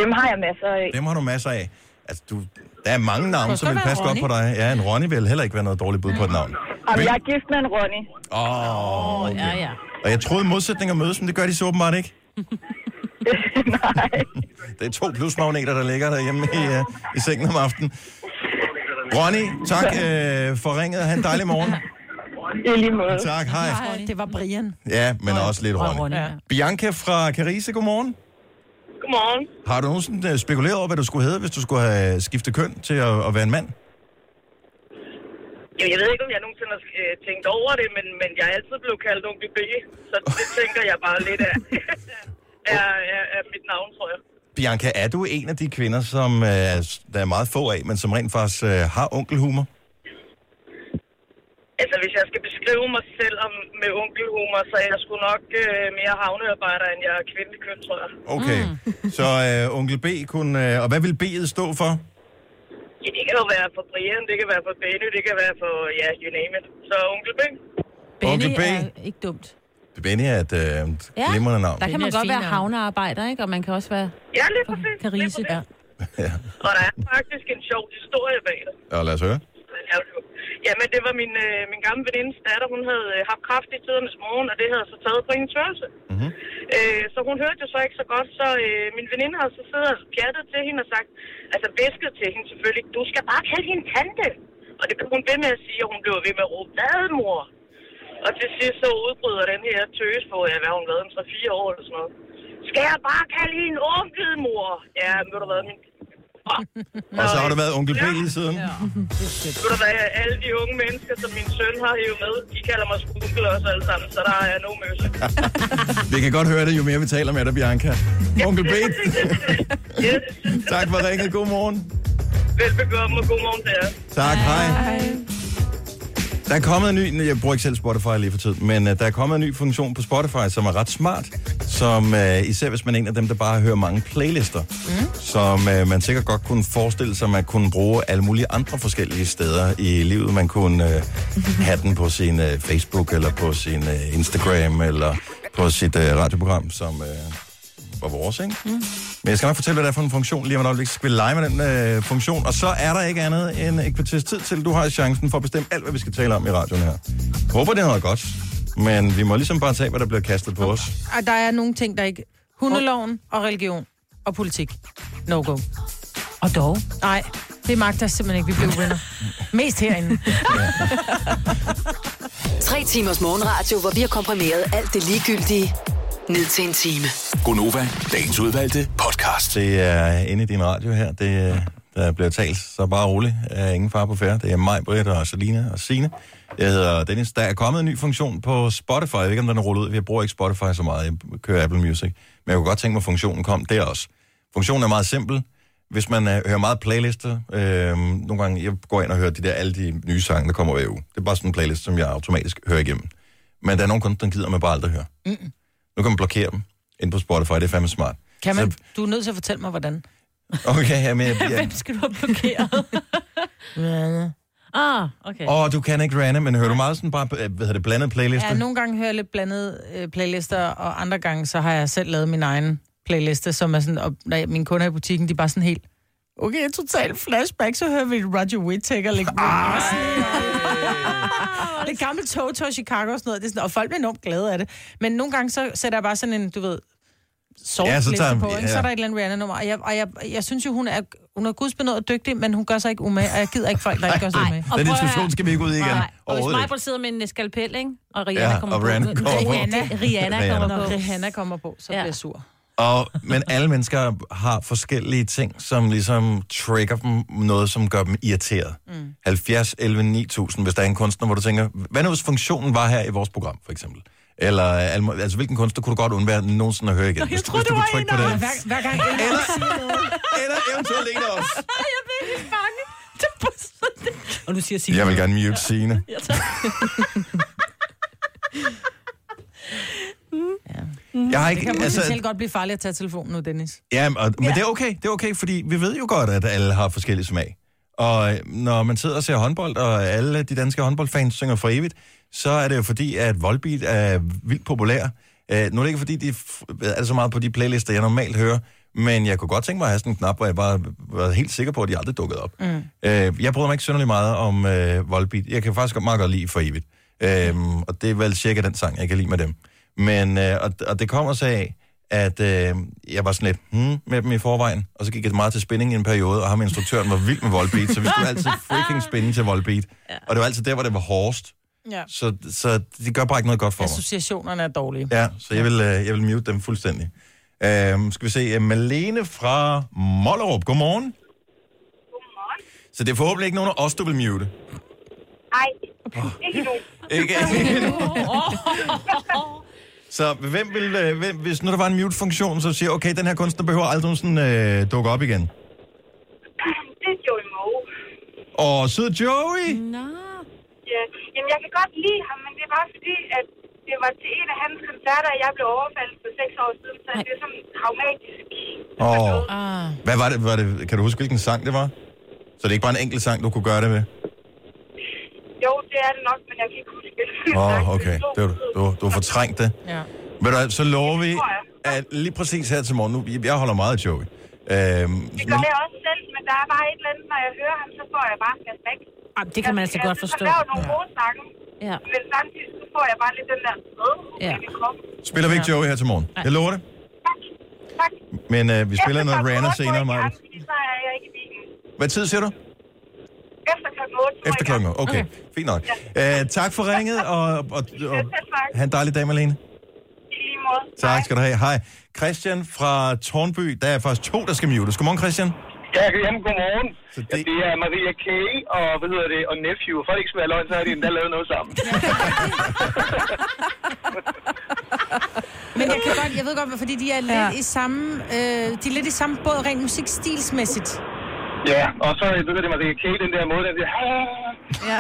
L: Dem har jeg masser af.
A: Dem har du masser af. Altså, du, der er mange navne,
D: Kunne
A: som
D: godt
A: vil
D: være
A: passe godt på
D: Ronny.
A: dig. Ja, en Ronny vil heller ikke være noget dårligt bud på et navn.
L: Jamen,
A: Men-
L: jeg er gift med en Ronny.
A: Åh, oh,
B: Ja, ja.
A: Og jeg troede modsætninger mødes, men det gør de så åbenbart ikke.
L: Nej.
A: Det er to plusmagneter, der ligger derhjemme i, uh, i sengen om aftenen. Ronny, tak øh, for ringet. Ha' en dejlig morgen.
L: I lige måde.
A: Tak, hej.
D: Åh, Det var Brian.
A: Ja, men også lidt
B: Og
A: Ronny.
B: Ronny, ja.
A: Bianca fra Carise, godmorgen.
L: Godmorgen.
A: Har du nogensinde øh, spekuleret over, hvad du skulle hedde, hvis du skulle have skiftet køn til at, at være en mand?
L: Jamen, jeg ved ikke, om jeg nogensinde har øh, tænkt over det, men, men jeg er altid blevet kaldt Onkel B, så det tænker jeg bare lidt af, af, af, af mit navn, tror jeg.
A: Bianca, er du en af de kvinder, som øh, der er meget få af, men som rent faktisk øh, har onkelhumor?
L: Altså, hvis jeg skal beskrive mig selv om, med onkelhumor, så er jeg sgu nok øh, mere havnearbejder, end jeg er kvindelig køn, tror jeg.
A: Okay, mm. så øh, onkel B kunne... Øh, og hvad vil B'et stå for?
L: Ja, det kan jo være for Brian, det kan være for Benny, det kan være for, ja, you name it. Så onkel B.
A: Onkel
B: Benny
A: B.
B: er ikke dumt.
A: Benny er et øh,
B: Ja.
A: glimrende navn.
B: Der kan
D: Benny
B: man
D: er et
B: godt
D: fint
B: være
D: navn.
B: havnearbejder, ikke? Og man kan også være
L: Ja, lige præcis. Lige
B: karise.
L: præcis.
B: Ja.
L: Og der er faktisk en sjov historie bag det.
A: Ja, lad os høre.
L: Ja, men det var min, øh, min gamle venindes datter, hun havde øh, haft kraft i tidernes morgen, og det havde så taget på hendes størrelse. Mm-hmm. Øh, så hun hørte jo så ikke så godt, så øh, min veninde har så siddet og pjattet til hende og sagt, altså visket til hende selvfølgelig, du skal bare kalde hende tante. Og det blev hun ved med at sige, og hun blev ved med at råbe, hvad mor? Og til sidst så udbryder den her tøs på, ja, hvad har hun været, en 3-4 år eller sådan noget. Skal jeg bare kalde hende onkel, mor? Ja, men ved du hvad, min...
A: Og så har du været onkel B lige siden. Ja.
L: Ved du hvad, alle de unge mennesker, som min søn har hævet med, de kalder mig skunkel også alle sammen, så der er no møse.
A: Vi kan godt høre det, jo mere vi taler med dig, Bianca. Onkel B,
L: yes.
A: tak for ringet. God morgen.
L: Velbekomme og god morgen til jer.
A: Tak, hej. hej. Der er kommet en ny, jeg bruger ikke selv Spotify lige for tiden, men øh, der er kommet en ny funktion på Spotify, som er ret smart, som øh, især hvis man er en af dem, der bare hører mange playlister, mm. som øh, man sikkert godt kunne forestille sig, man kunne bruge alle mulige andre forskellige steder i livet. Man kunne øh, have den på sin øh, Facebook, eller på sin øh, Instagram, eller på sit øh, radioprogram, som øh, var vores, ikke? Mm. Men jeg skal nok fortælle, hvad det er for en funktion lige om et øjeblik. Så skal vi lege med den øh, funktion, og så er der ikke andet end et kvarters tid til, du har chancen for at bestemme alt, hvad vi skal tale om i radioen her. Jeg håber, det er noget godt, men vi må ligesom bare tage, hvad der bliver kastet på os.
D: Ej, der er nogle ting, der ikke... Hundeloven og religion og politik. No go.
B: Og dog.
D: Nej, det magter jeg simpelthen ikke. Vi bliver venner. Mest herinde.
G: Tre timers morgenradio, hvor vi har komprimeret alt det ligegyldige ned til en time.
N: Gonova, dagens udvalgte podcast.
A: Det er inde i din radio her, det, øh, der bliver talt, så bare rolig. Der er ingen far på færre. Det er mig, Britt og Selina og Sine. Jeg hedder Dennis. Der er kommet en ny funktion på Spotify. Jeg ved ikke, om den er rullet ud. Jeg bruger ikke Spotify så meget. Jeg kører Apple Music. Men jeg kunne godt tænke mig, at funktionen kom der også. Funktionen er meget simpel. Hvis man øh, hører meget playlister, øh, nogle gange, jeg går ind og hører de der, alle de nye sange, der kommer hver uge. Det er bare sådan en playlist, som jeg automatisk hører igennem. Men der er nogle kunstnere, der gider man bare aldrig høre. Mm. Nu kan man blokere dem ind på Spotify. Det er fandme smart.
D: Kan man?
A: Så-
D: Du er nødt til at fortælle mig, hvordan.
A: Okay, ja, men jeg, jeg,
B: Hvem skal du have blokeret? ah, okay.
A: Åh, oh, du kan ikke rande, men hører du meget sådan bare, øh, hvad hedder det, blandet playlister?
D: Ja, nogle gange hører jeg lidt blandede øh, playlister, og andre gange, så har jeg selv lavet min egen playliste, som er sådan, og nej, mine kunder i butikken, de er bare sådan helt, okay, total flashback, så hører vi Roger Whittaker lægge ah,
A: Ah.
D: Det gamle tog til Chicago og sådan noget, det er sådan, og folk bliver enormt glade af det. Men nogle gange, så sætter jeg bare sådan en, du ved,
C: sort
A: Ja,
C: ja,
A: så
C: så
A: tager-
C: på, ikke? så
A: ja.
C: er der et eller andet Rihanna-nummer. Og, jeg, og jeg, jeg synes jo, hun er, hun er gudsbenået og dygtig, men hun gør sig ikke umage, og jeg gider ikke folk, der ikke gør sig umage.
A: Den diskussion skal vi ikke ud i igen.
B: Nej. Og hvis
A: Overhovedet
B: Majbert sidder med en skalpel, ikke? Og Rihanna
A: Ja,
B: kommer
A: og
B: på.
A: Rihanna kommer på.
B: Rihanna, Rihanna
A: Rihanna.
B: kommer
C: Når
B: på.
C: Rihanna kommer på, så bliver jeg sur.
A: Og, men alle mennesker har forskellige ting, som ligesom trigger dem noget, som gør dem irriteret. Mm. 70, 11, 9000, hvis der er en kunstner, hvor du tænker, hvad nu hvis funktionen var her i vores program, for eksempel? Eller alle må- altså, hvilken kunstner kunne du godt undvære nogensinde at høre igen? hvis, hvis du kunne trykke på det.
C: Hver, hver gang en
A: Eller, eller eventuelt en af os.
B: Jeg er virkelig bange. Det er bare sådan- Og nu siger Signe.
A: Jeg vil gerne mute Signe.
B: Ja, tak.
A: Jeg har
C: det
A: ikke,
C: kan altså,
A: altså,
C: selv godt blive farligt at tage telefonen nu, Dennis.
A: Ja, og, men ja. det er okay, det er okay, fordi vi ved jo godt, at alle har forskellige smag. Og øh, når man sidder og ser håndbold, og alle de danske håndboldfans synger for evigt, så er det jo fordi, at Volbeat er vildt populær. Øh, nu er det ikke fordi, de f- er det så meget på de playlister, jeg normalt hører, men jeg kunne godt tænke mig at have sådan en knap, hvor jeg bare var helt sikker på, at de aldrig dukkede op. Mm. Øh, jeg bryder mig ikke synderlig meget om øh, Volbeat. Jeg kan faktisk godt meget godt lide for evigt. Øh, og det er vel cirka den sang, jeg kan lide med dem. Men, øh, og, og det kommer så af, at øh, jeg var sådan lidt hmm, med dem i forvejen, og så gik jeg meget til spinning i en periode, og ham instruktøren var vild med Volbeat, så vi skulle altid freaking spinne til Volbeat. Ja. Og det var altid der, hvor det var hårdest.
C: Ja.
A: Så, så det gør bare ikke noget godt for mig.
C: Associationerne er dårlige.
A: Ja, så jeg vil, øh, jeg vil mute dem fuldstændig. Øhm, skal vi se, øh, Malene fra Mollerup, godmorgen.
O: Godmorgen.
A: Så det er forhåbentlig ikke nogen af os, du vil mute.
O: Ej, ikke nu.
A: Ikke? så hvem vil, øh, hvem, hvis nu der var en mute-funktion, så siger, okay, den her kunstner behøver aldrig sådan øh, dukke op igen.
O: Det er Joey Moe.
A: Og sød Joey!
B: Nå.
O: Ja. Jamen, jeg kan godt lide ham, men det er bare fordi, at det var til en af hans koncerter, at jeg blev overfaldet for seks år siden, så det er sådan traumatisk.
A: Og
C: Ah.
A: hvad var det, var det, kan du huske, hvilken sang det var? Så det er ikke bare en enkelt sang, du kunne gøre det med?
O: Jo, det er det nok, men jeg kan ikke huske det.
A: Åh, oh, okay. Det var, du, du har fortrængt det.
C: Ja.
A: Ved du, hvad, så lover vi,
O: tror jeg.
A: at lige præcis her til morgen, nu, jeg holder meget af Joey. Øhm,
O: Det
A: men,
O: gør jeg også selv, men der er bare et eller andet, når jeg hører ham, så får jeg bare flashback.
B: Ej, det kan man altså godt forstå.
O: Jeg synes, han laver nogle gode sange,
B: Ja.
O: men samtidig så får jeg bare lidt den der sted
B: Ja.
O: ja. i min krop.
A: spiller vi ikke Joey her til morgen? Jeg lover det.
O: Tak. Tak.
A: Men øh, vi spiller
O: Efter
A: noget
O: klokken
A: Rihanna
O: otte må
A: senere,
O: jeg
A: Maja.
O: gerne, fordi Så er jeg ikke i bilen.
A: Hvad tid siger du?
O: Efter klokken 8.
A: Efter klokken. otte.
O: Mm.
A: Okay, fint nok. Øh, tak for ringet, og, og, og have en dejlig dag, Malene.
O: I lige måde.
A: Tak skal du have. Hej. Christian fra Tornby. Der er faktisk to, der skal mutes. Godmorgen, Christian.
P: Ja, jamen, godmorgen.
A: Så det-
P: Det... det er Maria Kay og, hvad hedder det, og Nephew. For det ikke skal være løgn, så har de endda lavet noget sammen.
C: Men jeg, kan godt, jeg ved godt, fordi de er lidt ja. i samme, øh, de er lidt i samme båd rent musikstilsmæssigt.
P: ja, og så ved du det, Maria Kay, den der måde, den der... "Ah."
C: Ja.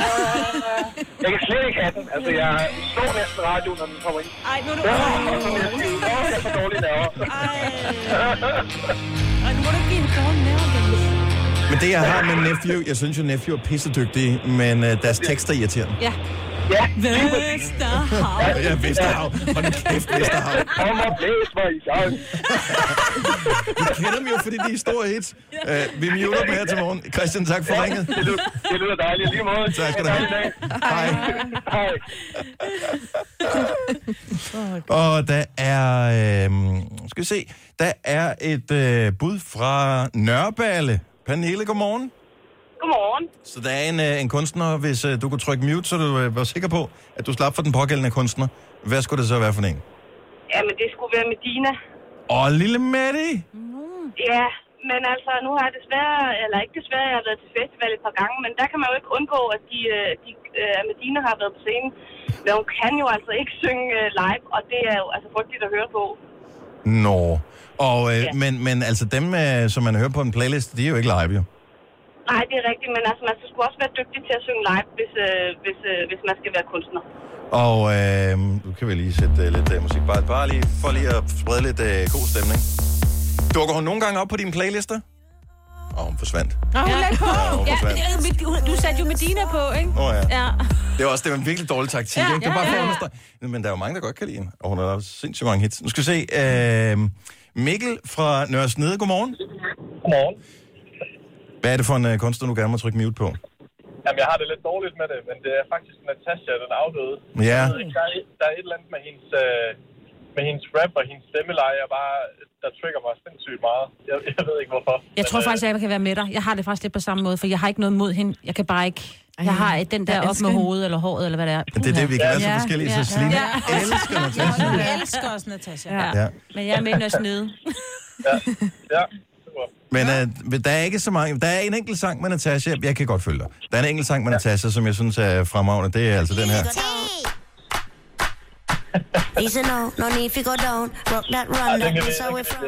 P: Jeg kan slet ikke have den. Altså, jeg så næsten radio, når den kommer ind.
C: Ej, nu er du...
P: Åh,
C: Ej,
P: oh, jeg er for dårlig nerver.
C: Ej, nu må du ikke blive en dårlig nævn, Dennis.
A: Men det, jeg har med Nephew, jeg synes jo, Nephew er pissedygtig, men øh, deres tekster er irriterende.
P: Ja,
B: Vesterhav.
A: Ja, Vesterhav. Hold nu kæft, Vesterhav.
P: kom og blæs mig i sang.
A: Vi kender dem jo, fordi de er store hits. Uh, vi muter dem her til morgen. Christian, tak for ringet.
P: Det lyder, det lyder dejligt. Lige måde.
A: Tak skal du have.
P: Dejlig dag.
A: Hej.
P: Hej.
A: Og der er, øh, skal vi se, der er et øh, bud fra Nørreballe. Pernille, godmorgen.
O: Godmorgen.
A: Så der er en, øh, en kunstner, hvis øh, du kunne trykke mute, så du øh, var sikker på, at du slap for den pågældende kunstner. Hvad skulle det så være for en?
O: Jamen, det skulle være med Dina.
A: Og lille Matti.
B: Mm.
O: Ja, men altså, nu har jeg desværre, eller ikke desværre, jeg har været til festival et par gange, men der kan man jo ikke undgå, at de, øh, de øh, Medina har været på scenen. Men hun kan jo altså ikke synge øh, live, og det er jo altså frygteligt at høre på.
A: Nå. Og, øh,
O: Ja.
A: men, men altså dem, øh, som man hører på en playlist, de er jo ikke live, jo.
O: Nej, det er rigtigt, men altså, man skal sgu også være dygtig til at synge live, hvis, øh, hvis, øh, hvis man skal være kunstner.
A: Og øh, nu kan vi lige sætte øh, lidt øh, musik. Bare, bare lige for lige at sprede lidt øh, god stemning. Dukker hun nogle gange op på dine playlister? Åh, oh, hun forsvandt.
C: Nå, hun lagde på.
A: Åh, hun
B: Ja,
A: forsvandt.
B: øh, mit- du satte jo Medina på, ikke?
A: Åh, ja.
B: Ja.
A: Det er også det var en virkelig dårlig taktik, ja,
B: Ja,
A: ikke? Det er
B: ja,
A: bare for at
B: ja, ja.
A: understrege. Men der er jo mange, der godt kan lide hende. Og hun har sindssygt mange hits. Nu skal vi se. Øh, Mikkel fra Nørre Snede, godmorgen.
P: Godmorgen.
A: Hvad er det for en øh, kunstner, du gerne må trykke mute på?
P: Jamen, jeg har det lidt dårligt med det, men det er faktisk Natasha, den afdøde.
A: Ja.
P: Jeg ved ikke, Der er, der er et eller andet med hendes... Øh,
Q: men hendes rap og hendes stemmeleje er bare, der trigger mig sindssygt meget. Jeg, jeg ved ikke hvorfor. øh,
B: Jeg tror faktisk, at jeg kan være med dig. Jeg har det faktisk lidt på samme måde, for jeg har ikke noget mod hende. Jeg kan bare ikke... Jeg har den der
C: jeg
B: op
C: elsker
B: med
C: hende.
B: hovedet, eller håret, eller hvad det er.
A: Men det er det, vi kan være så
B: Ja.
A: forskellige, så
B: Ja.
A: Selina
B: Ja.
A: elsker
C: Ja,
A: Natasha.
C: Jeg elsker også Natasha.
B: Ja.
A: Ja.
B: ja. Men jeg er med hende og snede.
A: Men øh, der er ikke så mange. Der er en enkelt sang med Natasha. Jeg kan godt følge dig. Der er en enkelt sang med Natasha, som jeg synes er fremragende. Det er altså den her.
R: Easy no, no need to go down. Rock that run, that is how we from.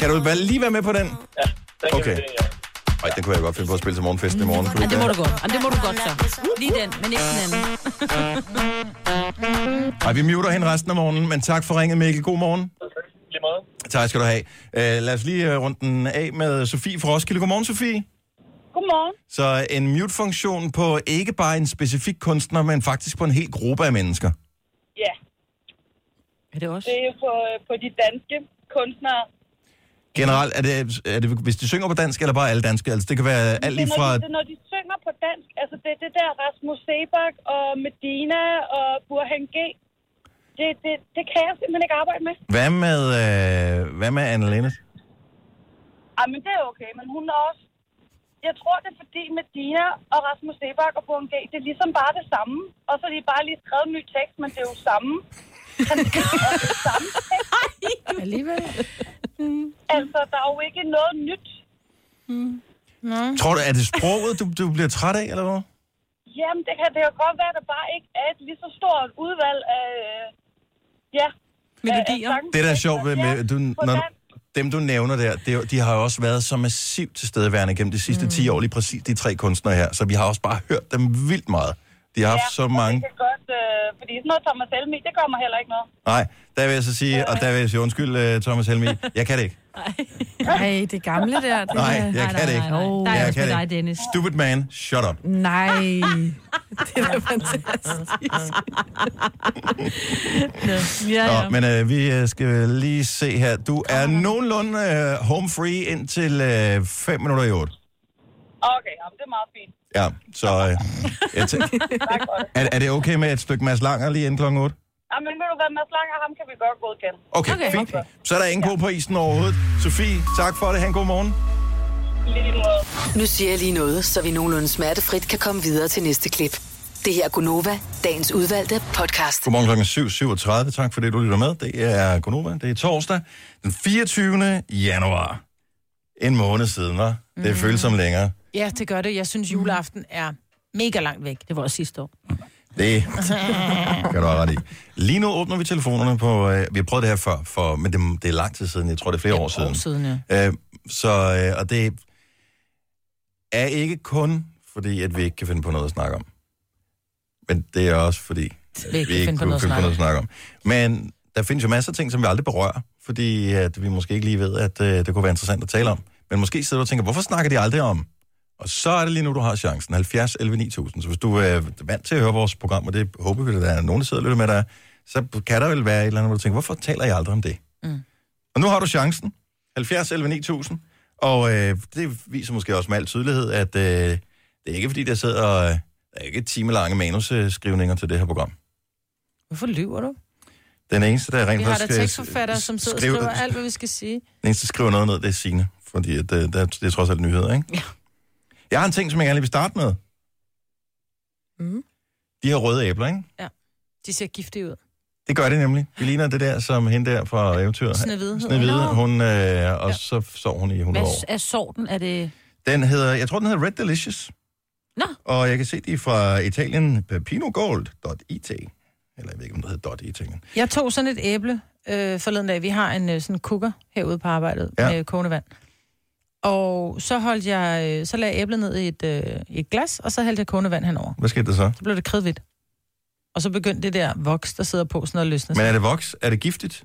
A: Kan du være- lige være med på den? Ja, okay. Ej, den kunne jeg godt finde på at spille til morgenfesten i morgen.
B: Ja, Mm, det må du godt. Jamen, det må du godt så. Lige den, men ikke den anden.
A: Ej, vi muter hende resten af morgenen, men tak for ringet, Mikkel. God morgen. Tak skal du have. Øh, lad os lige øh, runde den af med Sofie fra Roskilde. Godmorgen, Sofie.
O: Godmorgen.
A: Så en mute-funktion på ikke bare en specifik kunstner, men faktisk på en hel gruppe af mennesker.
O: Ja.
B: Er det også?
O: Det er jo på, øh, på de danske kunstnere.
A: Generelt, er det, er det, hvis de synger på dansk, eller bare alle danske? Altså, det kan være alt
O: det,
A: lige
O: er, når
A: fra...
O: de, det er, når de synger på dansk. Altså, det er det der Rasmus Sebak og Medina og Burhan G. Det, det, det kan jeg simpelthen ikke arbejde med.
A: Hvad med, øh, hvad med Anne Lennet?
O: Ej, men det er okay, men hun er også... Jeg tror, det er fordi Medina og Rasmus Sebak og Burhan G, det er ligesom bare det samme. Og så er de bare lige skrevet en ny tekst, men det er jo samme. Han skriver det samme tekst. Alligevel. Altså, der er jo ikke noget nyt.
A: Mm. Tror du, er det sproget, du, du bliver træt af, eller hvad?
O: Jamen, det kan det kan jo godt være, at der bare ikke er et lige så stort udvalg af... Øh, ja. Melodier.
A: Det, der er sjovt ved, med, du, når, dem, du nævner der, det, er jo- de har jo også været så massivt tilstedeværende gennem de sidste 10 år, lige præcis de tre kunstnere her, så vi har også bare hørt dem vildt meget. De har haft så mange...
O: Det kan godt, øh, fordi sådan noget Thomas Helmi, det gør mig heller ikke noget.
A: Nej, der vil jeg så sige, og der vil jeg sige undskyld, øh, Thomas Helmi, jeg kan det ikke.
E: Nej, det gamle der. Det
A: Nej, jeg kan det ikke.
E: Oh,
A: jeg kan det ikke. Stupid man, shut up.
E: Nej, det er da fantastisk. Nå, ja,
A: Ja,
E: ja.
A: men øh, vi øh, skal lige se her. Du er nogenlunde øh, home free indtil 5 minutter i 8.
O: Okay, jamen, det er meget fint.
A: Ja, så øh, jeg tænker, er, er det okay med et stykke Mads Langer lige inden klokken 8?
O: Jamen, ved du hvad, Mads Lange, ham kan vi godt godkende.
A: Okay, okay, fint. Så er der ingen ko på isen overhovedet. Sofie, tak for det. Ha' en god morgen.
G: Nu siger jeg lige noget, så vi nogenlunde smertefrit kan komme videre til næste klip. Det her er Gunova, dagens udvalgte podcast.
A: Godmorgen klokken er 7.37. Tak for det, du lytter med. Det er Gunova. Det er torsdag den 24. januar. En måned siden, hva'? Det mm. føles som længere.
C: Ja, det gør det. Jeg synes, juleaften er mega langt væk.
B: Det var også sidste år.
A: Det kan du have ret i. Lige nu åbner vi telefonerne på... Øh, vi har prøvet det her før, for, men det, det er lang tid siden. Jeg tror, det er flere år siden.
C: År siden, ja.
A: Øh, så, øh, og det er ikke kun fordi, at vi ikke kan finde på noget at snakke om. Men det er også fordi, at vi ikke kan finde på noget, at snakke om. Men der findes jo masser af ting, som vi aldrig berører, fordi at vi måske ikke lige ved, at øh, det kunne være interessant at tale om. Men måske sidder du og tænker, hvorfor snakker de aldrig om? Og så er det lige nu, du har chancen. 70 11 9000. Så hvis du øh, er vant til at høre vores program, og det håber vi, at der er nogen, der sidder og lytter med dig, så kan der vel være et eller andet, hvor du tænker, hvorfor taler jeg aldrig om det?
F: Mm.
A: Og nu har du chancen. 70 11 9000. Og øh, det viser måske også med al tydelighed, at øh, det er ikke fordi, der sidder øh, der er ikke timelange manusskrivninger til det her program.
C: Hvorfor lyver du?
A: Den eneste, der
C: Vi
A: rent
C: har da
A: faktisk øh,
C: tekstforfattere, som sidder og
A: skriver-
C: skriver alt, hvad vi skal sige.
A: den eneste, der skriver noget ned, det er Signe. Fordi at, øh, der, det er trods alt nyheder, ikke? Ja. Jeg har en ting, som jeg gerne lige vil starte med.
C: Mm.
A: De her røde æbler, ikke?
C: Ja. De ser giftige ud.
A: Det gør det nemlig. Det ligner det der, som hende der fra eventyr.
C: Snehvide hedder
A: Snevide.
C: hun.
A: Hun, øh, og ja. så sov hun i 100 år.
B: Hvad er sorten? Er det...
A: Den hedder, jeg tror, den hedder Red Delicious.
B: Nå.
A: Og jeg kan se, de er fra Italien, pinogold.it. Eller jeg ved ikke, om det hedder .it. men-
C: Jeg tog sådan et æble øh, forleden dag. Vi har en øh, sådan kukker herude på arbejdet
A: Ja.
C: ja. med kogende vand. Og så holdt jeg, øh, så lagde jeg æblet ned i et, øh, i et glas, og så hældte jeg kogende vand henover.
A: Hvad skete der så?
C: Så blev det kridhvidt. Og så begyndte det der voks, der sidder på sådan noget løsne.
A: Men
C: sig.
A: er det voks? Er det giftigt?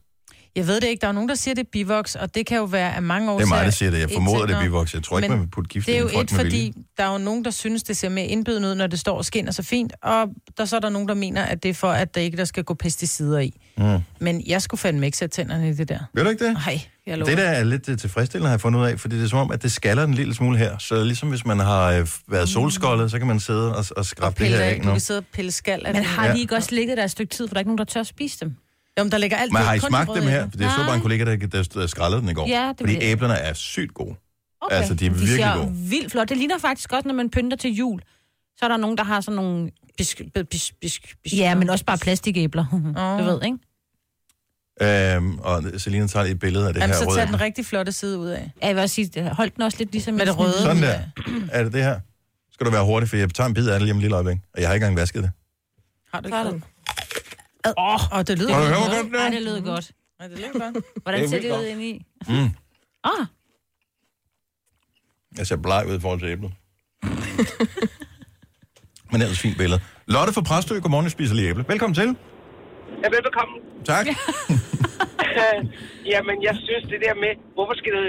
C: Jeg ved det ikke. Der er jo nogen, der siger, det er bivoks, og det kan jo være af mange
A: Det
C: årsager.
A: er mig, der siger det. Jeg
C: Et
A: formoder,
C: ting,
A: det er
C: når-
A: bivoks. Jeg tror ikke, man vil putte gift
C: det er
A: i
C: jo
A: en frugt
C: et,
A: med
C: fordi
A: vilje.
C: der er jo nogen, der synes, det ser mere indbydende ud, når det står og skinner så fint, og der så er der nogen, der mener, at det er for, at der ikke der skal gå pesticider i.
A: Mm.
C: Men jeg skulle fandme ikke sætte tænderne i det der.
A: Vil du ikke det?
C: Nej, jeg lover.
A: Det der er lidt øh, tilfredsstillende, har jeg fundet ud af, fordi det er som om, at det skaller en lille smule her. Så ligesom hvis man har øh, været solskoldet, så kan man sidde og, og skrabe det her
C: Mm. pille,
A: af
C: af, du
A: nu.
C: kan sidde og pille skal. af
B: Men
C: det.
B: har de ikke også ligget der et stykke tid, for der er ikke nogen, der tør spise dem?
C: Jamen, der ligger alt
A: Men har I
C: kun
A: smagt
C: brød
A: dem
C: i
A: her?
C: det.
A: For det er så bare en kollega, der, der, der skrællede den i går.
B: Ja, det
A: fordi
B: ved jeg.
A: æblerne er sygt gode.
B: Okay.
A: Altså, de er virkelig
B: ser
A: gode.
B: vildt flot. Det ligner faktisk også, når man pynter til jul. Så er der nogen, der har sådan nogle... Bisk, bisk, bisk, bisk, ja, men også bare plastikæbler. Oh. Du ved, ikke?
A: Øhm, og Selina tager lige et billede af det
C: Jamen,
A: her
C: så
A: røde.
C: tag den rigtig flotte side ud af.
B: Ja, jeg vil også sige, det- hold den også lidt ligesom...
C: Med det røde.
A: Sådan der. Er det det her? Skal du være hurtig, for jeg tager en bid af det lige om et lille øjeblik. Og jeg har ikke engang vasket det.
C: Har du ikke Åh, oh, det lyder
A: Har du hørt, hvor
C: godt.
A: godt det er?
B: Ja, det lød godt.
C: Ja, det lyder godt.
B: Hvordan
A: Det er
B: ser
A: vildt
B: det ud
A: godt.
B: ind i?
A: Mm.
B: Ah,
A: Jeg ser bleg ud i forhold til æblet. Men ellers fint billede. Lotte fra Præstø, godmorgen, jeg spiser lige æble. Velkommen til.
S: Ja, velbekomme. Øh,
A: Tak.
S: Jamen, jeg synes det der med, hvorfor skal du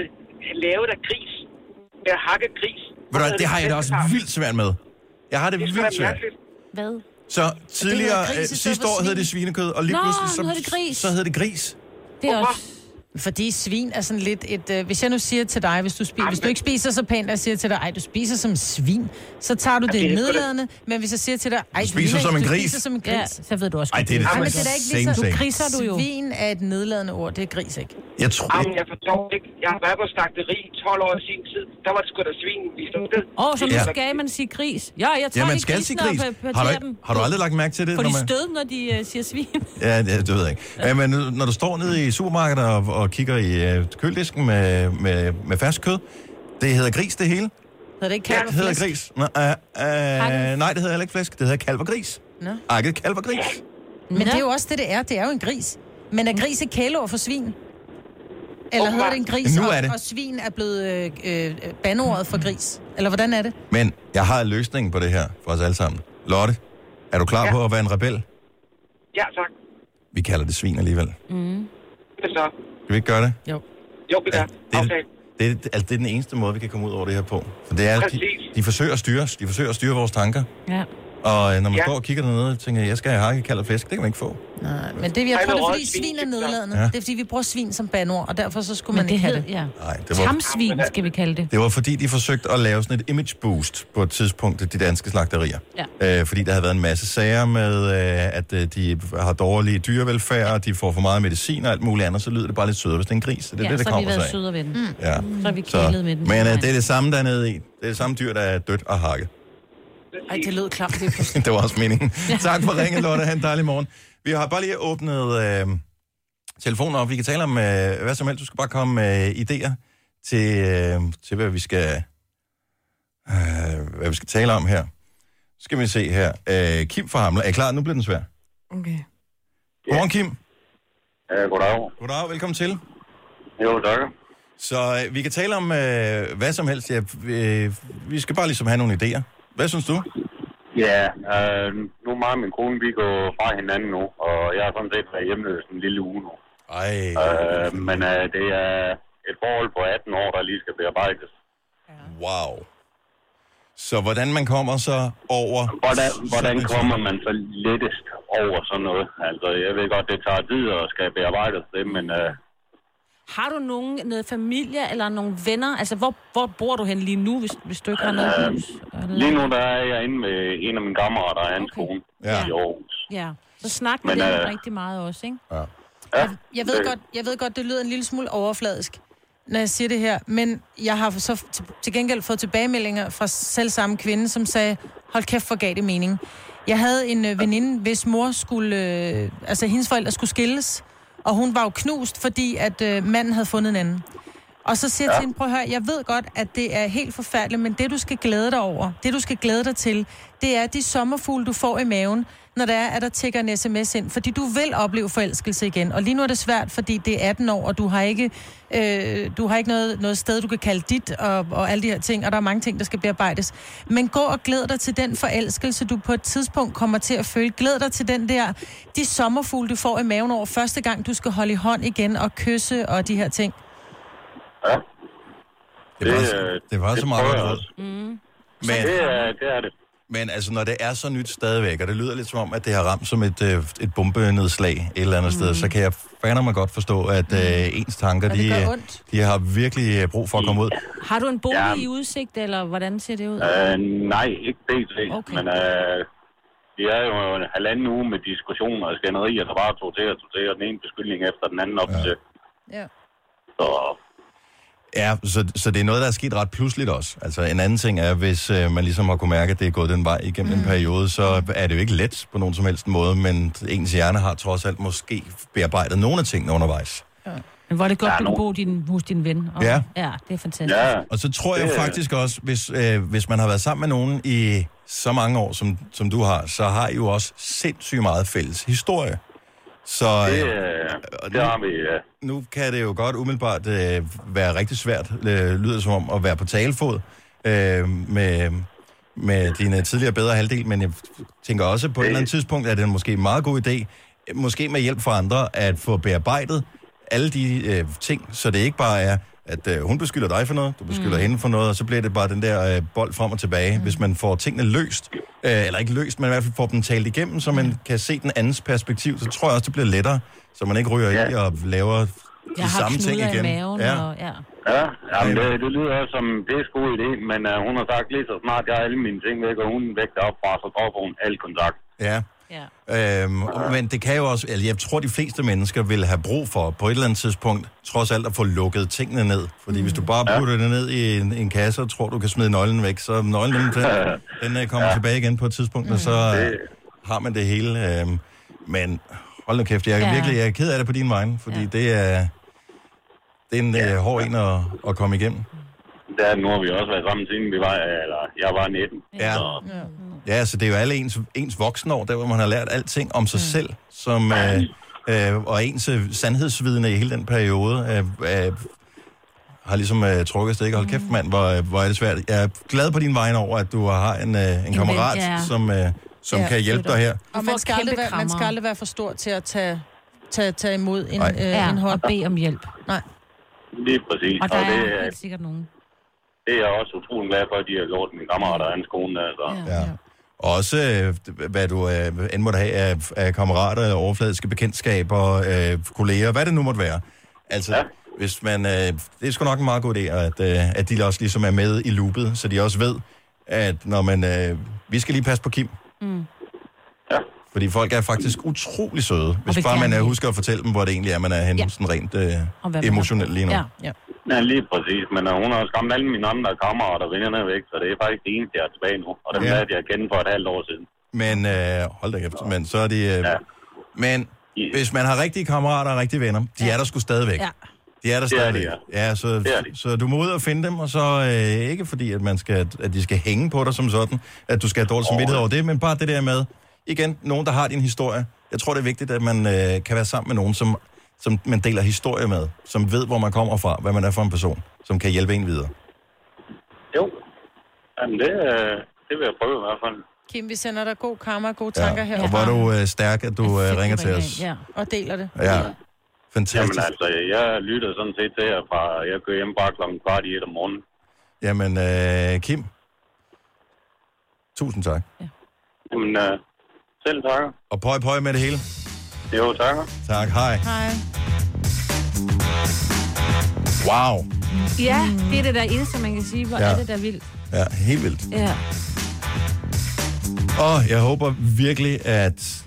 S: lave der gris? Med at hakke gris.
A: Ved du, hvad, det har jeg da også vildt svært med. Jeg har det,
S: Det er
A: vildt
S: sgu da
A: svært.
S: mærkeligt.
B: Hvad?
A: Så tidligere,
C: gris i
A: øh,
C: stedet
A: sidste
C: for
A: år hed
C: svin.
A: det svinekød, og lige
C: Nå,
A: pludselig
C: nu
A: så,
C: hedder det gris.
A: så hed det gris.
B: Det er også...
C: Fordi svin er sådan lidt et... Øh, hvis jeg nu siger til dig, hvis du, spiser, hvis du ikke spiser så pænt, og jeg siger til dig, ej, du spiser som svin, så tager du
B: Ja,
C: det,
B: det er sgu da-
C: nedladende. Men hvis jeg siger til dig, ej,
A: spiser
C: ligner
A: som
C: ikke-
A: en
C: du
A: gris."
C: spiser som en gris,
B: Ja, så ved du også...
A: Ej, det er det
C: Ej,
A: samme.
C: men det er da ikke lige
A: Same,
C: så,
A: same.
C: du kriser du jo.
B: Svin
C: Svin er et nedladende ord, det er gris, ikke?
A: Jeg tror
S: Jamen, jeg forstår ikke. Jeg har været på slagteri i 12 år i sin tid. Der var det sgu da svin i sådan sted.
B: Åh, oh, så nu
A: Ja.
B: ja. skal man sige gris. Ja, jeg tager
A: Ja, man
B: lige
A: skal sige
B: grisene øh, og
A: gris.
B: pa-
A: Har du,
B: parterer
A: ikke,
B: dem.
A: har du aldrig lagt mærke til det?
B: Får
A: når
B: de
A: man-
B: stød, når de øh, siger svin?
A: Ja, det, det ved jeg ikke. Ja, men nu- når du står nede i supermarkedet og, og kigger i øh, køledisken med, med, med fersk kød, det hedder gris det hele.
C: Hedder det ikke kalv og
A: Det hedder
C: flæsk?
A: gris. Nå, øh, øh, nej, det hedder heller ikke flæsk. Det hedder kalv og gris.
C: Nå.
A: Akket kalv og gris.
C: Men det er jo også det, det er. Det er jo en gris. Men
B: Mm.
C: er gris et kæleord for svin? Eller hedder det en gris,
A: Nu er det.
C: Og, og svin er blevet øh, øh, bandordet for gris? Eller hvordan er det?
A: Men jeg har løsningen på det her for os alle sammen. Lotte, er du klar
C: Ja.
A: ja. på at være en rebel?
S: Ja, tak.
A: Vi kalder det svin alligevel.
S: Mm. Det så.
A: Kan vi ikke gøre det?
C: Jo.
S: Jo, det er.
A: Det,
S: Okay.
A: det, det, altså, det er den eneste måde, vi kan komme ud over det her på. For det er, de,
S: Præcis.
A: de forsøger at styre os. De forsøger at styre vores tanker.
B: Ja.
A: Og øh, når man
C: Ja.
A: ja. står og kigger dernede, tænker jeg, jeg skal have hakket kalv og flæsk. Det kan man ikke få.
C: Nej, men det, vi har
B: Ej,
C: prøvet, det
B: hvor
C: er,
B: rødt
C: fordi
B: svin,
C: svin er
B: det er
C: nedladende.
A: klart.
C: Det er, fordi vi bruger svin som bandord, og derfor så skulle
B: Men
C: man
B: det
C: ikke have
B: hed-
C: det.
B: ja.
A: Nej, det var...
B: Tamsvin skal vi kalde det.
A: Det var fordi, de forsøgte at lave sådan et image boost på et tidspunkt af de danske slagterier. Ja. Øh, fordi der havde været en masse sager med, øh, at øh, de har dårlig dyrevelfærd, og de får for meget medicin og alt muligt andet, så lyder det bare lidt sødere, hvis det er en gris. Så det er
B: ja,
A: det, der
B: så har vi
A: kommer sig
B: været
A: af.
B: søde ved den.
A: Ja.
B: Så har vi kælet med den.
A: Men øh, det er det samme, der er nede i. Det er det samme dyr, der er dødt og hakket.
C: Ej, det lød klart. Det
A: det var også meningen. Tak for ringen, Lotte. Ha' en dejlig morgen. Vi har bare lige åbnet øh, telefonen op. Vi kan tale om øh, hvad som helst. Du skal bare komme med øh, idéer til, øh, til, hvad vi skal øh, hvad vi skal tale om her. Så skal vi se her. Øh, Kim fra Hamler. Er I klar? Nu bliver den svær.
E: Okay.
A: Godmorgen, Kim.
T: Ja, goddag.
A: Goddag, velkommen til.
T: Jo, tak.
A: Så øh, vi kan tale om øh, hvad som helst. Ja, øh, vi skal bare ligesom have nogle idéer. Hvad synes du?
T: Ja, øh, nu er mig og min kone, vi går fra hinanden nu, og jeg har sådan set været hjemløs en lille uge nu.
A: Ej.
T: Øh, men øh, det er et forhold på 18 år, der lige skal bearbejdes.
A: Wow. Så hvordan man kommer så over...
T: Hvordan, hvordan
A: sådan et-
T: kommer man så lettest over sådan noget? Altså, jeg ved godt, det tager tid og skal bearbejdes det, men øh,
B: Har du nogen, øh, noget familie eller nogle venner? Altså, hvor, hvor bor du hen lige nu, hvis, hvis du ikke har noget
T: øh,
B: hus?
T: lige nu der er jeg inde med en af mine kammerater og hans kone
A: ja.
T: i Aarhus.
B: Ja, så snak med
T: Men,
B: dem
T: øh,
B: rigtig meget også, ikke?
A: Ja.
C: Jeg ved,
T: Øh.
C: godt, jeg ved godt, det lyder en lille smule overfladisk, når jeg siger det her, men jeg har så til- til gengæld fået tilbagemeldinger fra selv samme kvinde, som sagde, hold kæft, hvor gav det mening. Jeg havde en øh, veninde, hvis mor skulle, øh, altså hendes forældre skulle skilles, og hun var jo knust, fordi at øh, manden havde fundet en anden. Og så siger jeg til hende, prøv at høre, jeg ved godt, at det er helt forfærdeligt, men det du skal glæde dig over, det du skal glæde dig til, det er de sommerfugle, du får i maven, når der er, at der tigger en sms ind, fordi du vil opleve forelskelse igen. Og lige nu er det svært, fordi det er 18 år, og du har ikke, øh, du har ikke noget, noget sted, du kan kalde dit, og, og alle de her ting, og der er mange ting, der skal bearbejdes. Men gå og glæd dig til den forelskelse, du på et tidspunkt kommer til at føle. Glæd dig til den der, de sommerfugle, du får i maven over første gang, du skal holde i hånd igen og kysse og de her ting.
A: Det var,
T: Det,
A: det,
T: øh,
A: det var
T: det
A: så meget
T: prøver
A: godt
T: jeg
A: råd.
T: også.
B: Mm.
A: Men,
T: det, er, det er det.
A: men altså, når det er så nyt stadigvæk, og det lyder lidt som om, at det har ramt som et, øh, et bombenedslag et eller andet mm. sted, så kan jeg fandme godt forstå, at øh, ens tanker,
B: Mm. Og det
A: de,
B: gør
A: øh,
B: ondt.
A: de har virkelig øh, brug for at komme ud.
B: Har du en bolig
A: Ja.
B: i udsigt, eller hvordan ser det ud?
T: Øh, nej, ikke pt. Okay. Men øh, det er jo en halvanden uge med diskussioner og skænderier, der bare tog til og tog til, og den ene beskyldning efter den anden op til.
C: Ja.
T: Så
A: Ja, så, så det er noget, der er sket ret pludseligt også. Altså en anden ting er, hvis øh, man ligesom har kunne mærke, at det er gået den vej igennem mm. en periode, så er det jo ikke let på nogen som helst måde, men ens hjerne har trods alt måske bearbejdet nogle af tingene undervejs.
B: Men hvor er det godt,
A: Der er
B: du kan bo din, hos din ven. Og,
A: Ja.
B: ja. det er fantastisk.
A: Og så tror jeg
B: Det-
A: faktisk også, hvis, øh, hvis man har været sammen med nogen i så mange år, som, som du har, så har I jo også sindssygt meget fælles historie. Så
T: det,
A: øh,
T: øh,
A: og
T: det
A: nu-
T: har vi, ja.
A: nu kan det jo godt umiddelbart øh, være rigtig svært, øh, lyder det som om, at være på talefod øh, med, med dine tidligere bedre halvdel, men jeg tænker også, på et eller andet tidspunkt er det måske en meget god idé, øh, måske med hjælp fra andre, at få bearbejdet alle de øh, ting, så det ikke bare er, at øh, hun beskylder dig for noget, du beskylder mm. hende for noget, og så bliver det bare den der øh, bold frem og tilbage. Mm. Hvis man får tingene løst, øh, eller ikke løst, men i hvert fald får dem talt igennem, så man
B: Mm.
A: kan se den andens perspektiv, så tror jeg også, det bliver lettere, så man ikke ryger ja. i og laver de
B: Jeg har
A: samme ting
B: knuder
A: igen.
B: i maven,
A: ja.
B: og ja.
T: Ja, jamen, det, det lyder også som, det er sgu en god idé, men uh, hun har sagt lige så snart, jeg har alle mine ting væk, og hun er væk deroppe fra, så dropper hun al kontakt.
A: Ja. ja. Øhm, og- men det kan jo også, eller jeg tror, de fleste mennesker vil have brug for, på et eller andet tidspunkt, trods alt at få lukket tingene ned. Fordi mm. hvis du bare putter det ned i en, en kasse og tror, du kan smide nøglen væk, så nøglen den, den, den øh, kommer ja. tilbage igen på et tidspunkt, mm. og så øh, har man det hele. Øhm, men hold nu kæft, jeg er
U: Ja.
A: virkelig jeg er ked af det på din vegne, fordi ja. det er... Det er en ja. hård en at, at komme igennem.
T: Der, nu har vi også været sammen siden vi var, øh, eller jeg var 19.
A: Ja.
T: Så,
A: Ja, så det er jo alle ens, ens voksenår, der hvor man har lært alting om sig mm. selv, som, øh, øh, og ens øh, sandhedsvidende i hele den periode, øh, øh, har ligesom øh, trukket stik og holdt kæft, mand, hvor, øh, hvor er det svært. Jeg er glad på din vejen over, at du har en, øh, en kammerat,
C: ven, ja.
A: som, øh, som ja, kan hjælpe dig her.
C: Og man skal, aldrig være, man skal aldrig være for stor til at tage, tage, tage imod en,
A: Nej.
C: øh,
B: Ja,
C: en hånd.
B: og bede om hjælp.
C: Nej.
T: lige præcis.
B: Og der
T: det,
B: er
T: øh,
B: helt sikkert nogen.
T: det er jeg også utrolig glad for, at de har gjort min kammerat og hans kone. Altså.
A: Ja. Også øh, hvad du øh, end måtte have af, af kammerater, overfladiske bekendtskaber, øh, kolleger, hvad det nu måtte være. Altså, ja. hvis man, øh, det er sgu nok en meget god idé, at, øh, at de også ligesom er med i loopet, så de også ved, at når man, øh, vi skal lige passe på Kim.
B: Mm.
A: Fordi folk er faktisk utrolig søde, hvis
B: vil
A: bare man
B: gerne
A: øh,
B: hjælpe.
A: husker at fortælle dem, hvor det egentlig er, man er henne,
B: Ja.
A: ja. sådan rent øh,
B: Og hvad man har-
A: emotionelt lige nu.
B: Ja. ja.
T: Ja, lige præcis. Men uh, hun har også skræmt alle mine andre kammerater og vennerne væk, så det er faktisk det eneste, jeg er tilbage nu. Og dem
A: Ja.
T: ja. lærte jeg at kende for et halvt år siden.
A: Men øh, hold da kæft, men så er de... Øh, ja. Men hvis man har rigtige kammerater og rigtige venner, de ja. er der sgu stadigvæk.
B: Ja.
A: De er der
T: Det er de,
A: stadigvæk. ja. ja så, så du må ud og finde dem, og så øh, ikke fordi, at, man skal, at de skal hænge på dig som sådan, at du skal have dårlig samvittighed over det, men bare det der med, igen, nogen, der har din historie. Jeg tror, det er vigtigt, at man øh, kan være sammen med nogen, som, som man deler historie med, som ved, hvor man kommer fra, hvad man er for en person, som kan hjælpe en videre.
T: Jamen, det, øh, det vil jeg prøve i hvert fald.
C: Kim, vi sender dig god karma og gode tanker her.
A: Og hvor er du øh, stærk, at du øh, ringer til os.
C: Ja. Og deler det.
A: Ja,
T: Jamen
A: fantastisk.
T: altså, jeg lytter sådan set til jer fra, jeg kører hjem bare klokken kvart i et om morgenen.
A: Jamen, øh, Kim. Tusind tak.
T: Jamen, øh, selv takker.
A: Og pøj pøj med det hele.
T: Jo, takker.
A: Tak, hej.
C: Hej.
A: Wow.
B: Ja, det er det der eneste, man kan sige. Hvor
A: Ja.
B: er det der vildt.
A: Ja, helt vildt.
B: Ja.
A: Og jeg håber virkelig, at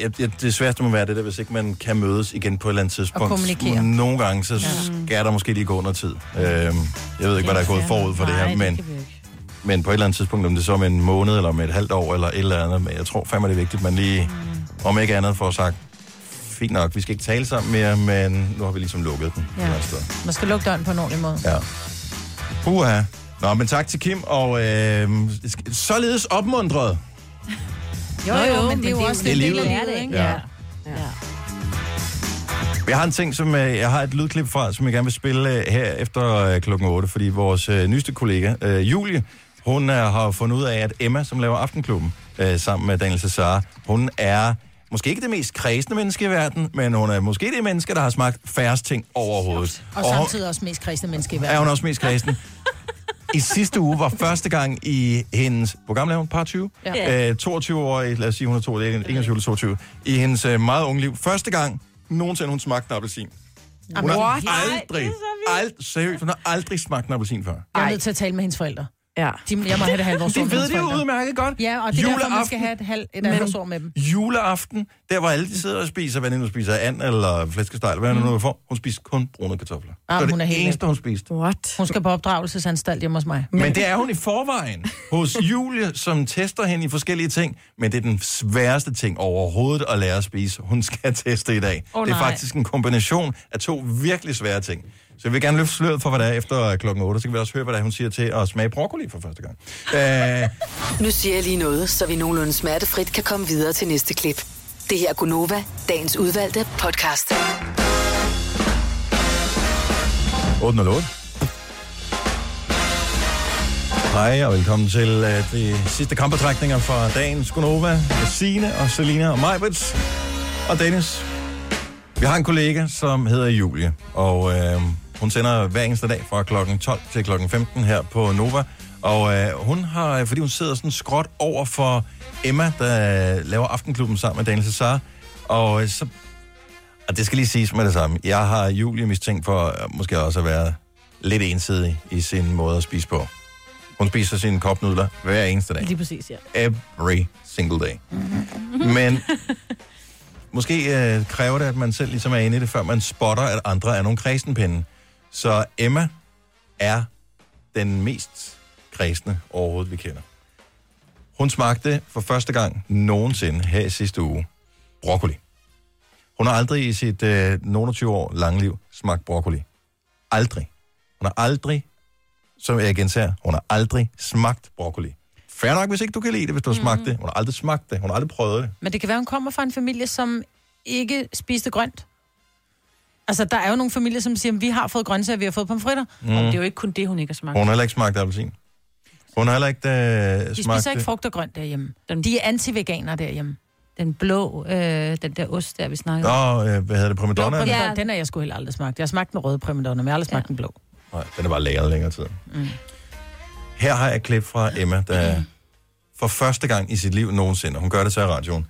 A: jeg, jeg, det sværeste må være det der, hvis ikke man kan mødes igen på et eller andet tidspunkt.
U: kommunikere.
A: Nogle gange, så skal der måske lige gå noget tid. Øhm, jeg ved ikke, hvad der er gået forud for det her, men, men på et eller andet tidspunkt, om det så er om en måned, eller om et halvt år, eller et eller andet, men jeg tror fandme, det er vigtigt, at man lige, om ikke andet, får sagt, fint nok, vi skal ikke tale sammen mere, men nu har vi ligesom lukket den.
C: Ja.
A: et eller andet sted."
C: Man skal lukke døren på en ordentlig måde.
A: Ja. Uha. Nå, men tak til Kim, og øh, sk- således opmundret.
C: Jo, jo, jo, men det er jo også
A: det
C: en
A: er
C: del af
A: livet.
C: livet, ikke?
A: Ja.
B: ja.
A: Jeg har en ting, som øh, jeg har et lydklip fra, som jeg gerne vil spille øh, her efter øh, klokken 8, fordi vores øh, nyeste kollega, øh, Julie, hun øh, har fundet ud af, at Emma, som laver Aftenklubben øh, sammen med Daniel Cesar, hun er måske ikke det mest kredsende menneske i verden, men hun er måske det menneske, der har smagt færrest ting overhovedet.
C: Og samtidig også mest kristne menneske i verden.
A: er hun også mest kredsen. I sidste uge var første gang i hendes, hvor gammel er hun? Par 20?
U: Ja.
A: Øh, 22-årig, lad os sige, hun er 22, det er ikke- 21 eller 22. I hendes øh, meget unge liv. Første gang nogensinde hun smagte en appelsin. Hun
C: Jamen,
A: har
C: what?
A: aldrig, ald, seriøst, hun har aldrig smagt en appelsin før.
C: Jeg er nødt til at tale med hendes forældre.
E: Ja.
C: De, jeg må have et halvt års
A: Det
C: ord med
A: ved
C: hans
A: de jo
C: forældre.
A: udmærket godt.
C: Ja, og det er derfor, man
A: Juleaften.
C: skal have et, halv, et
A: Men-
C: halvt års ord med dem.
A: Juleaften, der hvor alle de sidder og spiser, hvad de nu spiser, and eller flæskesteg, eller hvad mm. nu får, hun spiser kun brune kartofler.
C: Ah,
A: det
C: men
A: var
C: hun er
A: det
C: helt
A: eneste, hun spiste.
E: What?
C: Hun skal på opdragelsesanstalt hjemme hos mig.
A: Men det er hun i forvejen hos Julie, som tester hende i forskellige ting. Men det er den sværeste ting overhovedet at lære at spise. Hun skal teste i dag.
C: Åh,
A: det er
C: nej.
A: faktisk en kombination af to virkelig svære ting. Så jeg vil gerne løfte sløret for, hvad der er efter klokken 8. Så kan vi også høre, hvad der er, hun siger til at smage broccoli for første gang. Øh,
G: Nu siger jeg lige noget, så vi nogenlunde smertefrit kan komme videre til næste klip. Det her er Gunova, dagens udvalgte podcast.
A: 808. Hej og velkommen til uh, de sidste kampbetrækninger fra dagens Gunova med Signe og Selina og Majbrits og Dennis. Vi har en kollega, som hedder Julie, og øh, hun sender hver eneste dag fra klokken 12 til klokken 15 her på Nova. Og øh, hun har, fordi hun sidder sådan skråt over for Emma, der øh, laver Aftenklubben sammen med Daniel Cesar, og øh, så og det skal lige siges med det samme. Jeg har Julie mistænkt for øh, måske også at være lidt ensidig i sin måde at spise på. Hun spiser sine kopnudler hver eneste dag.
B: Lige præcis, ja.
A: Every single day. Men måske øh, kræver det, at man selv ligesom er inde i det, før man spotter, at andre er nogle kredsenpinde. Så Emma er den mest kredsende overhovedet, vi kender. Hun smagte for første gang nogensinde her i sidste uge broccoli. Hun har aldrig i sit øh, nogen 20 år lange liv smagt broccoli. Aldrig. Hun har aldrig, som jeg gentager, hun har aldrig smagt broccoli. Fair nok, hvis ikke du kan lide det, hvis du har
C: Mm.
A: smagt det. Hun har aldrig smagt det. Hun har aldrig prøvet det.
C: Men det kan være, hun kommer fra en familie, som ikke spiste grønt. Altså, der er jo nogle familier, som siger, at vi har fået grøntsager, vi har fået pomfritter.
A: Mm. Og det er jo
C: ikke kun det, hun ikke har smagt.
A: Hun har heller ikke smagt appelsin. Hun har heller ikke øh,
C: De
A: smagt
C: spiser ikke
A: det.
C: frugt og grønt derhjemme. De er anti-veganer derhjemme. Den blå, øh, den der ost, der vi snakkede
A: Nå, øh, hvad hedder det?
C: Blå
A: Primadonna?
C: primadonna, den har jeg sgu heller aldrig smagt. Jeg har smagt den røde primadonna, men jeg har aldrig smagt den blå.
A: Nej, den er bare lagret længere tid.
C: Mm.
A: Her har jeg et klip fra Emma, der for første gang i sit liv nogensinde, og hun gør det så i radioen,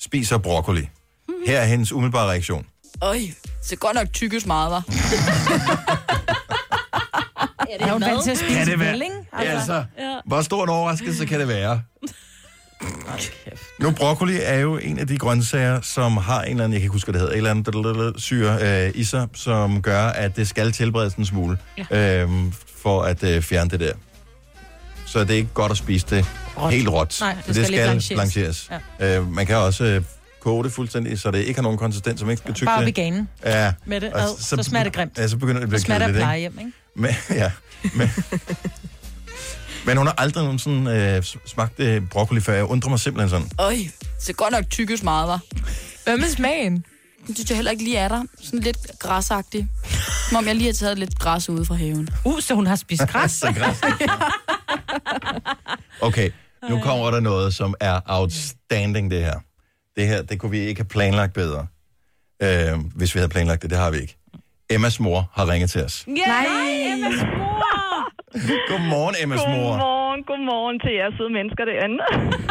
A: spiser broccoli.
C: Mhm.
A: Her er hendes umiddelbare reaktion.
U: Øj, så godt nok tykkes meget, var.
C: Er hun vant til at spise
A: Kan det være?
C: kylling?
A: Ja, altså. Hvor stor en overraskelse kan det være? Nu, broccoli er jo en af de grøntsager, som har en eller anden, jeg kan ikke huske, hvad det hedder, en eller anden dadadadad syre øh, i sig, som gør, at det skal tilberedes en smule, øh, for at øh, fjerne det der. Så det er ikke godt at spise det helt råt.
F: Nej, det
A: Så
F: skal
A: det
F: lige
A: skal
F: blancheres.
A: blancheres. Ja. Øh, man kan også øh, koge det fuldstændig, så det ikke har nogen konsistens, som ikke skal tygge
C: Bare
A: det.
C: veganen.
A: Ja.
C: Med det.
A: Og
C: Ad, så smager det grimt.
A: Ja, så begynder det at
C: Så
A: blive
C: smager det af
A: kedeligt, ikke?
C: plejehjem, ikke?
A: Men, ja, men, men hun har aldrig nogensinde øh, smagt øh, broccoli før. Jeg undrer mig simpelthen sådan.
U: Øj, så godt nok tykkes meget, var.
D: Hvad med smagen?
U: Det synes jeg heller ikke lige er der. Sådan lidt græsagtig. Som om jeg lige har taget lidt græs ude fra haven.
B: Uh, så hun har spist græs?
A: Så græs. Okay, nu kommer der noget, som er outstanding, det her. Det her, det kunne vi ikke have planlagt bedre. Øh, hvis vi havde planlagt det, det har vi ikke. Emmas mor har ringet til os.
V: Ja, nej, Emmas mor!
A: Godmorgen, Emmas mor.
V: Godmorgen, godmorgen til jer søde mennesker derinde.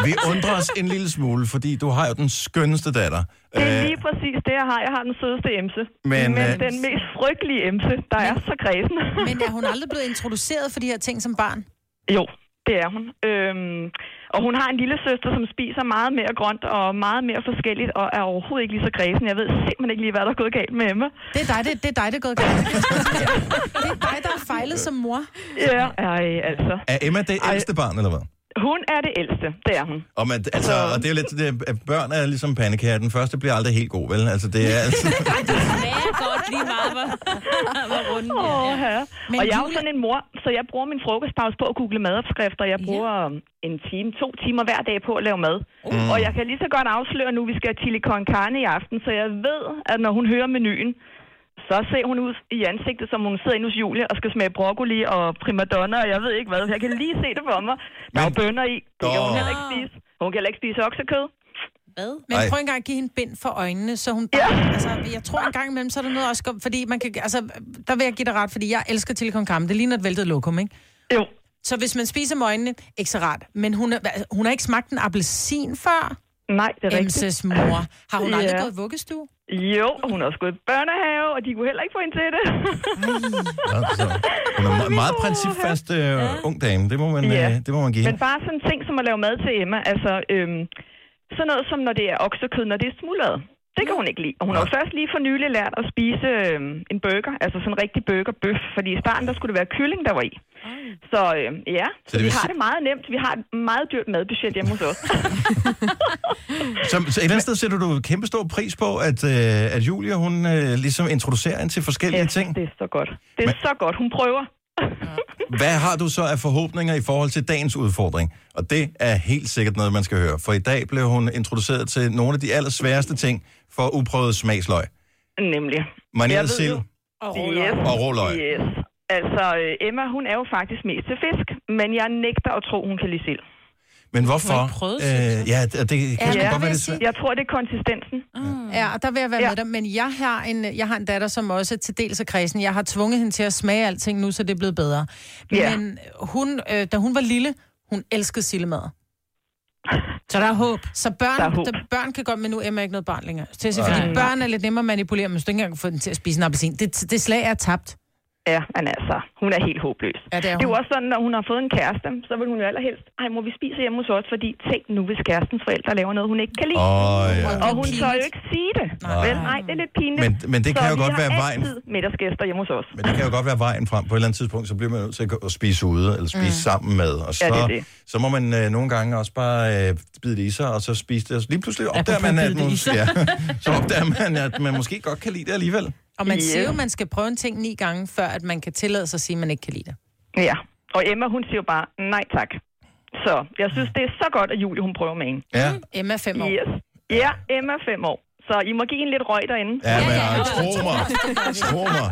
A: Vi undrer os en lille smule, fordi du har jo den skønneste datter. Øh,
V: Det er lige præcis det, jeg har. Jeg har den sødeste emse.
A: Men,
V: men
A: øh,
V: den mest frygtelige emse, der er så græsen.
C: Men er hun aldrig blevet introduceret for de her ting som barn?
V: Jo, det er hun. Øhm, og hun har en lille søster, som spiser meget mere grønt og meget mere forskelligt, og er overhovedet ikke lige så græsen. Jeg ved simpelthen ikke lige, hvad der er gået galt med Emma.
C: Det er dig, det, det er dig, der er gået galt. det er dig, der har fejlet som mor.
V: Ja, ej, altså.
A: Er Emma det ældste barn, eller hvad?
V: Hun er det ældste, det er hun.
A: Og, man, altså, og det er jo lidt, det, at børn er ligesom pandekager. Den første bliver aldrig helt god, vel? Altså, det er altså...
V: smager godt lige meget, hvor, hvor runden oh, ja. ja.
F: Men
V: Og jeg er jo
F: Julie-
V: sådan en mor, så jeg bruger min frokostpause på at google madopskrifter. Jeg bruger yeah. en time, to timer hver dag på at lave mad.
F: Mm.
V: Mm. Og jeg kan lige så godt afsløre nu, vi skal have chili con carne i aften, så jeg ved, at når hun hører menuen, så ser hun ud i ansigtet, som hun sidder inde hos Julie og skal smage broccoli og primadonna, og jeg ved ikke hvad. Jeg kan lige se det for mig. Der er jo bønner i. Det kan hun
A: Nå.
V: heller ikke spise. Hun kan heller ikke spise oksekød. Hvad?
C: Men
A: Ej.
C: prøv engang at give hende bind for øjnene, så hun bare, ja. altså, jeg tror en gang imellem, så er der noget også, godt, fordi man kan, altså, der vil jeg give dig ret, fordi jeg elsker Telecom Carmen. Det ligner et væltet lokum, ikke?
V: Jo.
C: Så hvis man spiser med øjnene, ikke så rart. Men hun, er, hva- hun har ikke smagt en appelsin før.
V: Nej, det er rigtigt.
C: Emses mor. Har hun aldrig
V: Ja.
C: gået i vuggestue?
V: Jo, og hun har også gået i børnehave, og de kunne heller ikke få hende til det.
A: Hun er me- meget principfast øh, ung dame. Det må man, øh, det må man give
V: Men
A: hende.
V: bare sådan ting som at lave mad til Emma, altså øhm, sådan noget som når det er oksekød, når det er smuldret. Det kan hun ikke lide. Og hun har jo først lige for nylig lært at spise øhm, en burger, altså sådan en rigtig burgerbøf, fordi i starten der skulle det være kylling, der var i. Så øh, ja, så,
A: det
V: vi
A: vil
V: har
A: si-
V: det meget nemt. Vi har et meget dyrt madbudget hjemme hos os.
A: Så, så et eller andet sted sætter du kæmpe stor pris på, at, øh, at Julia, hun øh, ligesom introducerer hende til forskellige ting.
V: det er så godt. Det er så godt. Hun prøver.
A: Hvad har du så af forhåbninger i forhold til dagens udfordring? Og det er helt sikkert noget, man skal høre. For i dag blev hun introduceret til nogle af de allersværeste ting for uprøvet smagsløg.
V: Nemlig. Jeg
A: Marineret
V: ved
A: sild.
V: jo- Yes.
A: Og råløg.
V: Yes. Altså, øh, Emma, hun er jo faktisk mest til fisk, men jeg nægter at tro, hun kan lide sild.
A: Men hvorfor?
V: ikke prøvet
A: øh, ja, det, det kan ja, godt være lidt svært.
V: Jeg tror, det er konsistensen.
C: Mm. Ja, og der vil jeg være ja. med dig. Men jeg har, en, jeg har en datter, som også er til dels er kredsen. Jeg har tvunget hende til at smage alting nu, så det er blevet bedre.
V: Ja.
C: Men hun, øh, da hun var lille, hun elskede sillemad. Så der er håb. Så børn,
V: Der
C: der
V: er håb.
C: Der, børn kan godt, men nu Emma er ikke noget barn længere. Så jeg siger,
V: Nej.
C: fordi
V: Nej.
C: børn er lidt nemmere at manipulere, men hvis du ikke engang kan få den til at spise en appelsin, det, det slag er tabt.
V: Ja, men altså, hun er helt håbløs.
C: Ja, det er
V: Det er jo også sådan, når hun har fået en kæreste, så vil hun jo allerhelst, ej, må vi spise hjemme hos os, fordi tænk nu, hvis kærestens forældre laver noget, hun ikke kan lide.
A: Åh, ja.
V: Og hun tør jo ikke sige det. Nej. Vel, nej, det er lidt pinligt.
A: Men- men det kan
V: så
A: jo
V: vi
A: godt
V: har
A: være vejen-
V: altid middagsgæster hjemme hos os.
A: Men det kan jo godt være vejen frem. På et eller andet tidspunkt, så bliver man nødt til at gå- at spise ude, eller spise mm.
V: Mm.
A: sammen med. Og så,
V: Ja, det er det.
A: så må man øh, nogle gange også bare øh, bide det i sig, og så spise det. Og så lige pludselig opdager
C: Apropos
A: man, at
C: bide det
A: man,
C: i sig.
A: ja, så opdager man, at man måske godt kan lide det alligevel.
C: Og man siger jo, man skal prøve en ting ni gange, før at man kan tillade sig at sige, at man ikke kan lide det.
V: Ja, og Emma, hun siger jo bare, nej tak. Så jeg synes, det er så godt, at Julie, hun prøver med en.
A: Mm. Ja.
C: Emma er fem år.
V: Yes. Ja, Emma er fem år. Så I må give en lidt røg derinde.
A: Ja, men ja, tro mig, tro mig.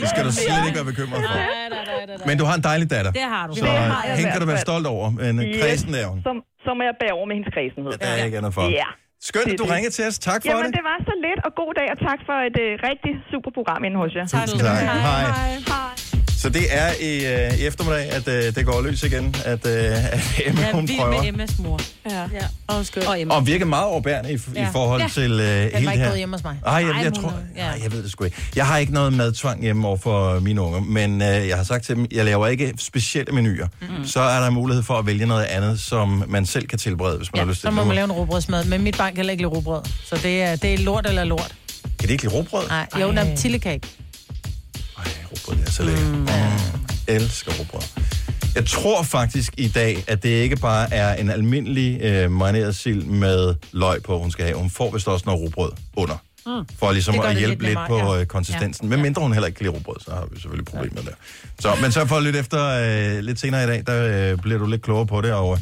A: Det skal du slet ikke være bekymret for. Men du har en dejlig datter.
V: Det har du.
A: Så
V: Det har jeg i
A: hende
V: hvert
A: kan du være
V: fald.
A: stolt over. Men yes. kredsen er hun.
V: Så, så må jeg bære over med hendes kredsenhed.
A: Der er ikke andet for.
V: Ja.
A: Skønt,
V: Det
A: at
V: er
A: du
V: det.
A: ringede til os. Tak for
V: Jamen,
A: det.
V: det var så lidt, og god dag, og tak for et øh, rigtig super program inde hos jer.
A: Tak skal du Tak. have. Hej. Hej. Så det er i, øh, i eftermiddag, at øh, det går løs igen, at, øh, at Emma
B: Jeg er
A: hun
B: vild
A: prøver.
B: med Emmas mor. Ja. ja. Og, skøn. og Emma.
A: Og virker meget overbærende i, ja. i
B: Ja.
A: forhold
B: Ja.
A: til øh, hele det
B: ikke
A: her.
B: gået hjemme hos mig.
A: Ej, jeg,
B: Ej,
A: jeg,
B: hun
A: tror,
B: er- ja.
A: ja. ej, jeg ved det sgu ikke. Jeg har ikke noget madtvang hjemme over for mine unger, men øh, jeg har sagt til dem, jeg laver ikke specielle menuer. Mm. Så er der mulighed for at vælge noget andet, som man selv kan tilberede, hvis man har lyst til
C: Så må
A: Nu-
C: man lave en råbrødsmad, men mit barn kan heller ikke lide råbrød. Så det er, det er lort eller lort.
A: Kan det ikke lide råbrød?
C: Nej, jo,
A: Ej,
C: nem tillekage.
A: råbrød det er så lækkert. Mm. Mm. Elsker råbrød. Jeg tror faktisk i dag, at det ikke bare er en almindelig øh, marineret sild med løg på, hun skal have. Hun får vist også noget råbrød under.
F: Mm.
A: for ligesom
F: Det gør
A: at
F: det
A: hjælpe
F: lidt
A: lidt,
F: nemmere,
A: på
F: ja.
A: øh, konsistensen. Men mindre hun heller ikke kan lide rugbrød, så har vi selvfølgelig problemer der. Så, men så for at lytte efter øh, lidt senere i dag, der øh, bliver du lidt klogere på det. Og, øh,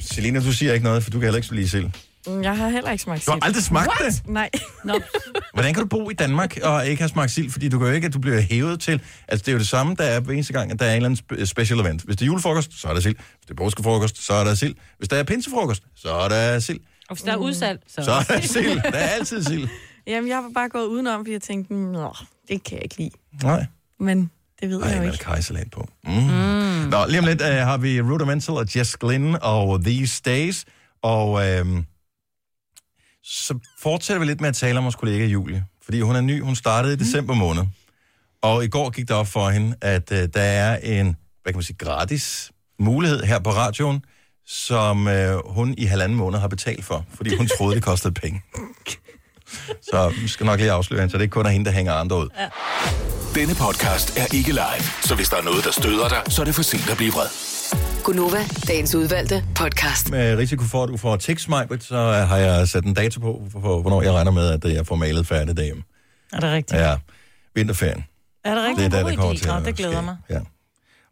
A: Selina, du siger ikke noget, for du kan heller ikke lide sild.
E: Mm, Jeg har heller ikke smagt
A: Du har
E: sild.
A: aldrig smagt
E: What?
A: det?
E: Nej.
B: Nå.
A: Hvordan kan du bo i Danmark og ikke have smagt sild? Fordi du kan jo ikke, at du bliver hævet til. Altså, det er jo det samme, der er hver eneste gang, at der er en eller anden spe- special event. Hvis det er julefrokost, så er der sild. Hvis det er påskefrokost, så er der sild. Hvis der er pinsefrokost, så er der sild.
B: Og hvis der er udsalg, så...
A: Så er der sild. Der er altid sild.
E: Jamen, jeg var bare gået udenom, fordi jeg tænkte, nå, det kan jeg ikke lide.
A: Nej.
E: Men det ved jeg
A: Ej,
E: jo
A: med
E: ikke.
A: et kajsalat på. Mm. Mm. Nå, lige om lidt øh, har vi Rudimental og Jess Glynn og These Days. Og øhm, så fortsætter vi lidt med at tale om vores kollega Julie. Fordi hun er ny, hun startede i december måned. Og i går gik det op for hende, at øh, der er en, hvad kan man sige, gratis mulighed her på radioen, som øh, hun i halvanden måned har betalt for, fordi hun troede, det kostede penge. Så vi skal nok lige afsløre hende, så det ikke kun er hende, der hænger andre ud.
N: Denne podcast er ikke live, så hvis der er noget, der støder dig, så er det for sent at blive vred.
G: Gunova, dagens udvalgte podcast.
A: Med risiko for, at du får tekst mig, så øh, har jeg sat en dato på, for- for hvornår jeg regner med, at øh, jeg får malet færdigt derhjemme.
C: Er det rigtigt?
A: Ja, vinterferien.
C: Er det
A: Det er
C: rigtigt?
A: der, der kommer til
C: Nå,
A: at
C: det glæder
A: ske.
C: mig.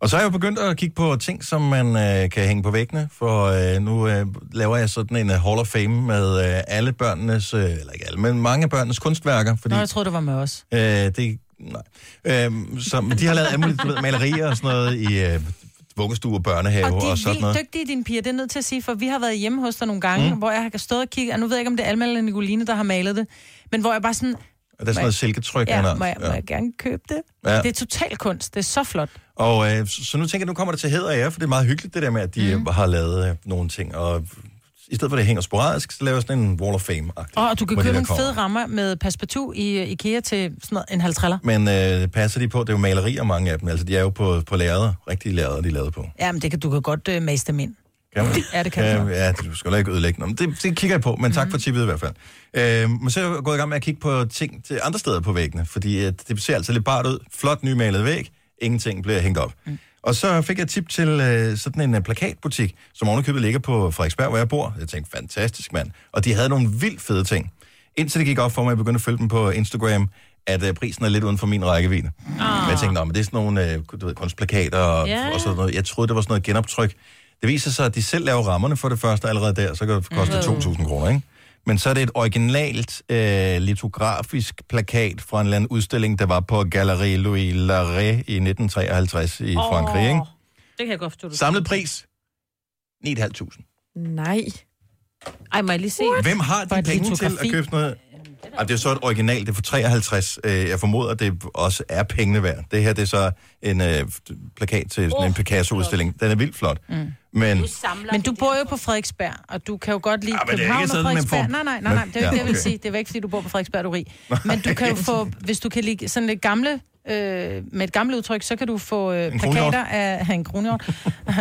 A: Og så er jeg jo begyndt at kigge på ting, som man øh, kan hænge på væggene, for øh, nu øh, laver jeg sådan en øh, Hall of Fame med øh, alle børnenes, øh, eller ikke alle, men mange af børnenes kunstværker, fordi
C: Nå, jeg troede, det var med os.
A: øh, det, nej. Øh, som, de har lavet alle mulige du ved, malerier og sådan noget i øh, vuggestue og børnehave
C: Og
A: og,
C: de
A: og
C: er
A: sådan
C: vildt
A: noget.
C: dygtige, dine piger, det er nødt til at sige, for vi har været hjemme hos dig nogle gange, mm. hvor jeg har stået og kigget, og nu ved jeg ikke, om det er Alma eller Nicoline, der har malet det, men hvor jeg bare sådan...
A: Og der er sådan
C: må jeg-
A: noget silketryk.
C: Ja,
A: under.
C: må jeg, må jeg gerne købe det?
A: Ja.
C: Ja. Det er total kunst, det er så flot.
A: Og øh, så, så nu tænker jeg, nu kommer det til hæder af jer, for det er meget hyggeligt det der med, at de mm. har lavet øh, nogle ting. Og i stedet for at det hænger sporadisk, så laver jeg sådan en Wall of fame
C: Og du kan købe nogle fede rammer med passepartout i øh, IKEA til sådan noget, en halv triller.
A: Men øh, passer de på, det er jo malerier mange af dem, altså de er jo på, på lærreder, rigtige lærreder, de er lavet på.
C: Ja, men det kan, du kan godt øh, mase dem ind.
A: Kan man?
C: Ja, det kan
A: ja,
C: du.
A: Ja, det skal heller ikke ødelægge noget. Men Det, det kigger jeg på, men tak for tippet i hvert fald. Øh, men så er jeg gået i gang med at kigge på ting til andre steder på væggene, fordi at det ser altså lidt bart ud. Flot nymalet væg, ingenting bliver hængt op. Mm. Og så fik jeg et tip til øh, sådan en øh, plakatbutik, som ovenikøbet ligger på Frederiksberg, hvor jeg bor. Jeg tænkte, fantastisk mand. Og de havde nogle vildt fede ting. Indtil det gik op for mig, at jeg begyndte at følge dem på Instagram, at øh, prisen er lidt uden for min rækkevidde. Ah. Men jeg tænkte, nå, men det er sådan nogle øh, du ved, kunstplakater og,
W: Ja.
A: yeah. og sådan noget. Jeg troede, det var sådan noget genoptryk. Det viser sig, at de selv laver rammerne for det første allerede der, så kan det koste
W: Mm.
A: 2.000 kroner, ikke? Men så er det et originalt øh, litografisk plakat fra en eller anden udstilling, der var på Galerie Louis Larrey i 1953 i oh. Frankrig, ikke?
B: Det kan jeg godt forstå. du
A: Samlet pris? 9.500.
E: Nej.
B: Ej, må jeg lige se?
A: Hvem har de penge til at købe sådan noget? Ej, det er så et original, det er for 53. Øh, Jeg formoder, det også er pengene værd. Det her, det er så en øh, plakat til sådan en Picasso-udstilling. Den er vildt flot. Mm. Men
C: Men du bor jo på Frederiksberg, og du kan jo godt lide
A: Ja, men det er
C: København
A: ikke
C: og
A: sådan, man
C: Frederiksberg.
A: får-
C: Nej, nej, nej, nej, det er jo
A: Ja,
C: ikke det, jeg vil
A: okay.
C: sige. Det var ikke, fordi du bor på Frederiksberg, du er rig. Men du kan jo få, hvis du kan lide sådan lidt gamle, øh, med et gammelt udtryk, så kan du få øh,
A: kronhjort.
C: plakater af, af en kronhjort,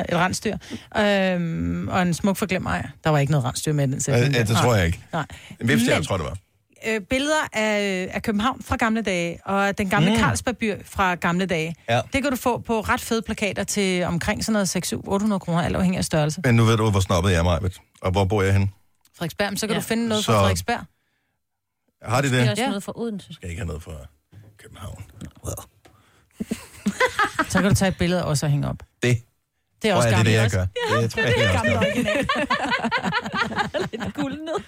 C: et rensdyr, øh, og en smuk forglemmej. Der var ikke noget rensdyr med i den sætning.
A: Øh, Ja, det
C: Nej.
A: tror jeg ikke.
C: Nej.
A: en vipstjerne,
C: Men-
A: tror jeg, det var.
C: øh, billeder af, øh, af København fra gamle dage, og af den gamle
A: Mm.
C: mm. Carlsbergby fra gamle dage.
A: Ja.
C: Det kan du få på ret fede plakater til omkring sådan noget 600-800 kroner, alt afhængig af størrelse.
A: Men nu ved du, hvor snobbet jeg er, Majbet. Og hvor bor jeg henne?
C: Frederiksberg, men så kan
B: Ja.
C: ja. du finde noget
A: Så-
C: fra Frederiksberg.
A: Har de det?
B: Det er også noget for Odense.
A: Skal jeg ikke have noget fra København?
C: Så kan du tage et billede også og hænge op.
A: Det
C: Det er
A: tror
C: også
A: jeg, det er
C: gammelt.
A: det, jeg gør. Det tror jeg, jeg også gør.
B: Lidt guldnet.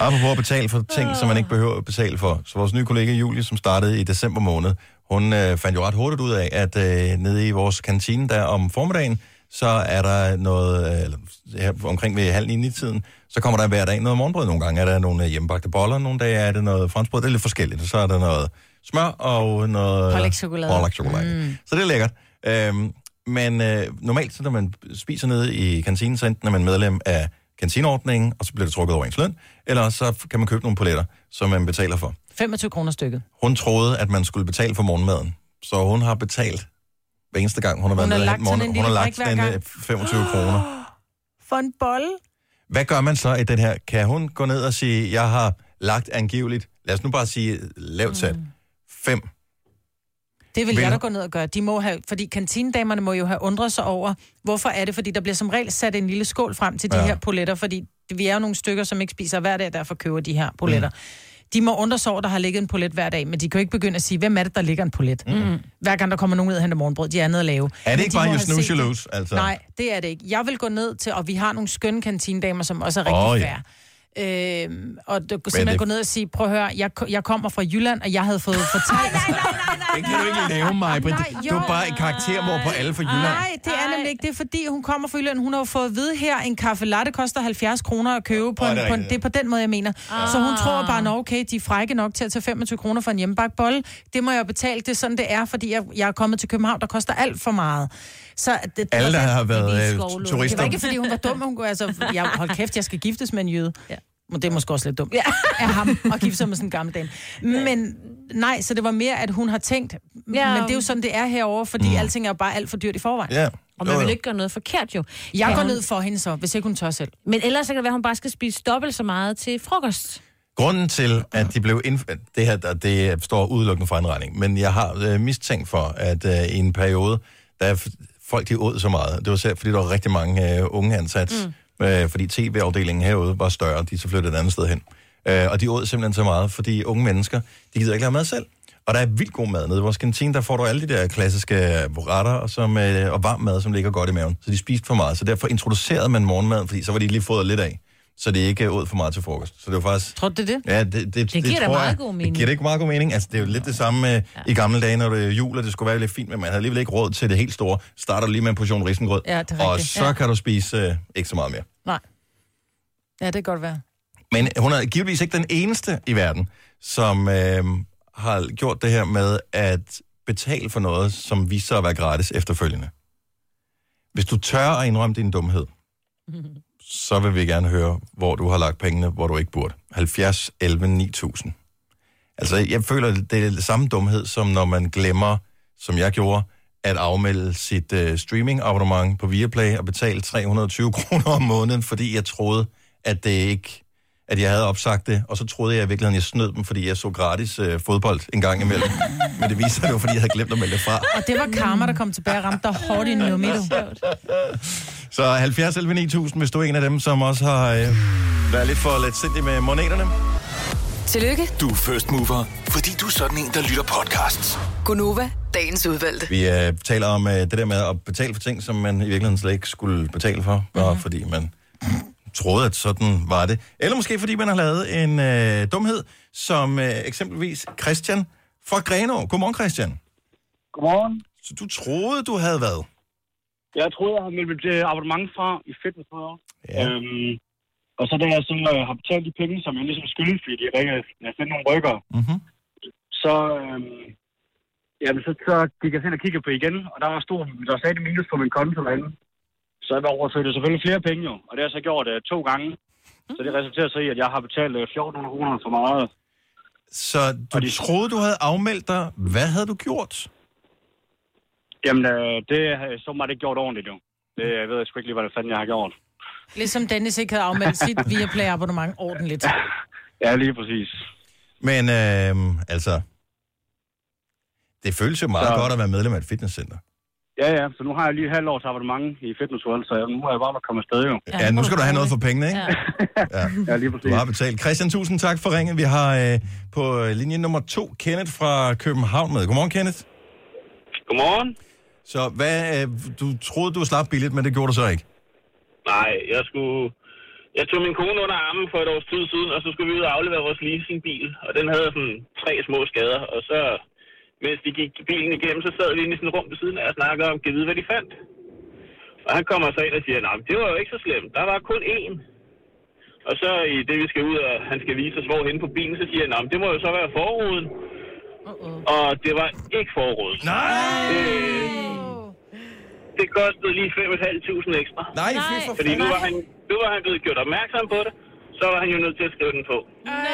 A: Apropos at betale for ting, som man ikke behøver at betale for. Så vores nye kollega Julie, som startede i december måned, hun øh, fandt jo ret hurtigt ud af, at øh, nede i vores kantine der om formiddagen, så er der noget, øh, eller her omkring ved halv ni tiden, så kommer der hver dag noget morgenbrød. Nogle gange er der nogle øh, hjemmebagte boller, nogle dage er det noget franskbrød, det er lidt forskelligt. Så er der noget smør og noget...
C: Pålægschokolade.
A: Pålægschokolade. Mm. Så det er lækkert. Øhm, men øh, normalt, så når man spiser nede i kantinen, så enten er man medlem af kantineordningen, og så bliver det trukket over ens løn, eller også så kan man købe nogle poletter, som man betaler for.
C: 25 kroner stykket.
A: Hun troede, at man skulle betale for morgenmaden, så hun har betalt hver eneste gang, hun har været
C: Hun har
A: nede
C: lagt
A: hen morgen.
C: sådan en
A: Hun har
C: lille
A: lagt
C: brik
A: sådan
C: hver
A: en, øh,
C: gang.
A: 25 kroner.
C: For en bolle?
A: Hvad gør man så i den her? Kan hun gå ned og sige, jeg har lagt angiveligt, lad os nu bare sige lavt sat, 5
C: Det vil
A: Vil-
C: jeg da gå ned og gøre. De må have, fordi kantinedamerne må jo have undret sig over, hvorfor er det, fordi der bliver som regel sat en lille skål frem til de
A: Ja.
C: ja. her poletter, fordi vi er jo nogle stykker, som ikke spiser hver dag, derfor køber de her poletter. Mm. De må undre sig over, der har ligget en polet hver dag, men de kan jo ikke begynde at sige, hvem er det, der ligger en polet? Mm. Hver gang der kommer nogen ned og henter morgenbrød, de er nede at lave.
A: Er
C: Men
A: det ikke
C: de
A: bare
C: må
A: you
C: have
A: snooze,
C: set
A: you
C: det.
A: lose? Altså.
C: Nej, det er det ikke. Jeg vil gå ned til, og vi har nogle skønne kantinedamer, som også er rigtig
A: Åh,
C: oh,
A: ja.
C: ja. færre. Øhm, og du,
A: Men
C: simpelthen
A: det-
C: gå ned og sige, prøv at høre, jeg, ko- jeg kommer fra Jylland, og jeg havde fået fortalt...
A: Den kan du ikke lave mig, Britt.
C: Nej,
A: Du
C: jo.
A: er bare et karaktermor på alle for Jylland.
C: Nej, det er nemlig ikke. Det er fordi, hun kommer fra Jylland. Hun har jo fået at vide her, en kaffe latte koster 70 kroner at købe. På
A: Åh,
C: en,
A: det er
C: på en,
A: rigtigt,
C: det er på den måde, jeg mener.
A: Ah.
C: Så hun tror bare, nå okay, de er frække nok til at tage 25 kroner for en hjemmebagt bolle. Det må jeg jo betale. Det er sådan, det er, fordi jeg, jeg er kommet til København, der koster alt for meget. Så det- det,
A: Alle, der
C: det-
A: har været,
C: det er
A: øh,
C: skovlund.
A: turister.
C: Det var ikke, fordi hun var dum. Hun, kunne- altså, jeg, hold kæft, jeg skal giftes med en jøde. Ja. Men det er måske også lidt dumt ja. af ham at gifte sig med sådan en gammel dame. Men nej, så det var mere, at hun har tænkt,
B: Ja.
C: ja. men det er jo sådan, det er herover, fordi mm. alting er jo bare alt for dyrt i forvejen.
A: Ja.
B: Og man vil ikke gøre noget forkert, jo.
C: Jeg
B: Ja.
C: går ned for hende så, hvis ikke hun tør selv.
B: Men ellers så kan det være, at hun bare skal spise dobbelt så meget til frokost.
A: Grunden til, at de blev indført... Det her der, det står udelukkende for en regning, men jeg har øh, mistænkt for, at øh, i en periode, der f- folk de åd så meget. Det var selv, fordi der var rigtig mange øh, unge ansat, mm. øh, fordi tv-afdelingen herude var større, de så flyttede et andet sted hen. Øh, og de åd simpelthen så meget, fordi unge mennesker, de gider ikke lave mad selv. Og der er vildt god mad nede i vores kantine. Der får du alle de der klassiske øh, retter og, som, øh, og varm mad, som ligger godt i maven. Så de spiste for meget. Så derfor introducerede man morgenmaden, fordi så var de lige fået lidt af. Så det ikke øh, åd for meget til frokost. Så det var faktisk...
C: Tror du det? er
A: Ja, det, det, det,
B: giver da
A: tror
B: meget
A: jeg.
B: god
A: Det
B: mening.
A: giver da ikke meget god mening. Altså, det er jo lidt det samme med i gamle dage, når det er jul, og det skulle være lidt fint, men man havde alligevel ikke råd til det helt store. Starter du lige med en portion risengrød,
C: Ja, det er
A: og
C: rigtigt.
A: så
C: Ja.
A: kan du spise øh, ikke så meget mere.
C: Nej. Ja, det kan godt være.
A: Men øh, hun er givetvis ikke den eneste i verden, som øh, har gjort det her med at betale for noget, som viser sig at være gratis efterfølgende. Hvis du tør at indrømme din dumhed, så vil vi gerne høre, hvor du har lagt pengene, hvor du ikke burde. 70, 11, 9000. Altså, jeg føler, det er det samme dumhed, som når man glemmer, som jeg gjorde, at afmelde sit øh, streaming-abonnement på Viaplay og betale 320 kroner om måneden, fordi jeg troede, at det ikke at jeg havde opsagt det, og så troede jeg i virkeligheden, jeg snød dem, fordi jeg så gratis øh, fodbold en gang imellem. Men det viste sig, at det var, fordi jeg havde glemt at melde det fra.
C: Og det var karma, der kom tilbage og ramte dig hårdt i nummido.
A: Så 70 11 9000, hvis du er en af dem, som også har øh, været lidt for let sindig med moneterne.
G: Tillykke,
N: Du er first mover, fordi du er sådan en, der lytter podcasts.
G: Gunova, dagens udvalgte.
A: Vi øh, taler om øh, det der med at betale for ting, som man i virkeligheden slet ikke skulle betale for, bare
N: Mhm.
A: mm-hmm. fordi man troede, at sådan var det. Eller måske fordi man har lavet en øh, dumhed, som øh, eksempelvis Christian fra Grenå. Godmorgen, Christian.
W: Godmorgen.
A: Så du troede, du havde været?
W: Jeg troede, jeg havde meldt mit øh, abonnement fra i fitness for ja. øhm, Og så da jeg så øh, har betalt de penge, som jeg ligesom skyldte, fordi de ringer, jeg sendte nogle rykker,
A: Mm-hmm.
W: så, øhm, jamen, så, så gik jeg hen og kiggede på igen, og der var stor, der var stadig minus på min konto derinde. Så jeg overførte selvfølgelig flere penge jo, og det har jeg så gjort øh, to gange. Så det resulterer så i, at jeg har betalt øh, 1.400 kroner for meget.
A: Så du de... troede, du havde afmeldt dig. Hvad havde du gjort?
W: Jamen, øh, det, øh, så var det ikke gjort ordentligt jo. Det, jeg ved sgu ikke lige, hvad det fanden jeg har gjort.
C: Ligesom Dennis ikke havde afmeldt sit Viaplay-abonnement ordentligt.
W: Ja, lige præcis.
A: Men øh, altså, det føles jo meget så...
W: Så-
A: godt at være medlem af et fitnesscenter.
W: Ja, ja, så nu har jeg lige et halvt års abonnement i Fitness World, så nu er jeg bare kommet afsted jo.
A: Ja, ja nu skal du have noget for pengene, ikke? Ja,
W: ja lige præcis.
A: Du har betalt. Christian, tusind tak for ringen. Vi har øh, på linje nummer to Kenneth fra København med. Godmorgen, Kenneth.
X: Godmorgen.
A: Så hvad, øh, du troede, du slap billigt, men det gjorde du så ikke.
X: Nej, jeg skulle... Jeg tog min kone under armen for et års tid siden, og så skulle vi ud og aflevere vores leasingbil. Og den havde sådan tre små skader, og så... Mens de gik bilen igennem, så sad vi inde i sådan et rum ved siden af og snakkede om, kan vide, hvad de fandt. Og han kommer så ind og siger, nej, det var jo ikke så slemt. Der var kun én. Og så i det, vi skal ud, og han skal vise os, hvor hen på bilen, så siger han, "Nå, men det må jo så være forruden. Uh-uh. Og det var ikke forruden.
A: Nej!
X: Øh, det kostede lige 5.500 ekstra.
A: Nej,
F: fy for
X: Fordi nu
F: fanden.
X: var, han, nu var han blevet gjort opmærksom på det, så var han jo nødt til at skrive den på.
B: Nej.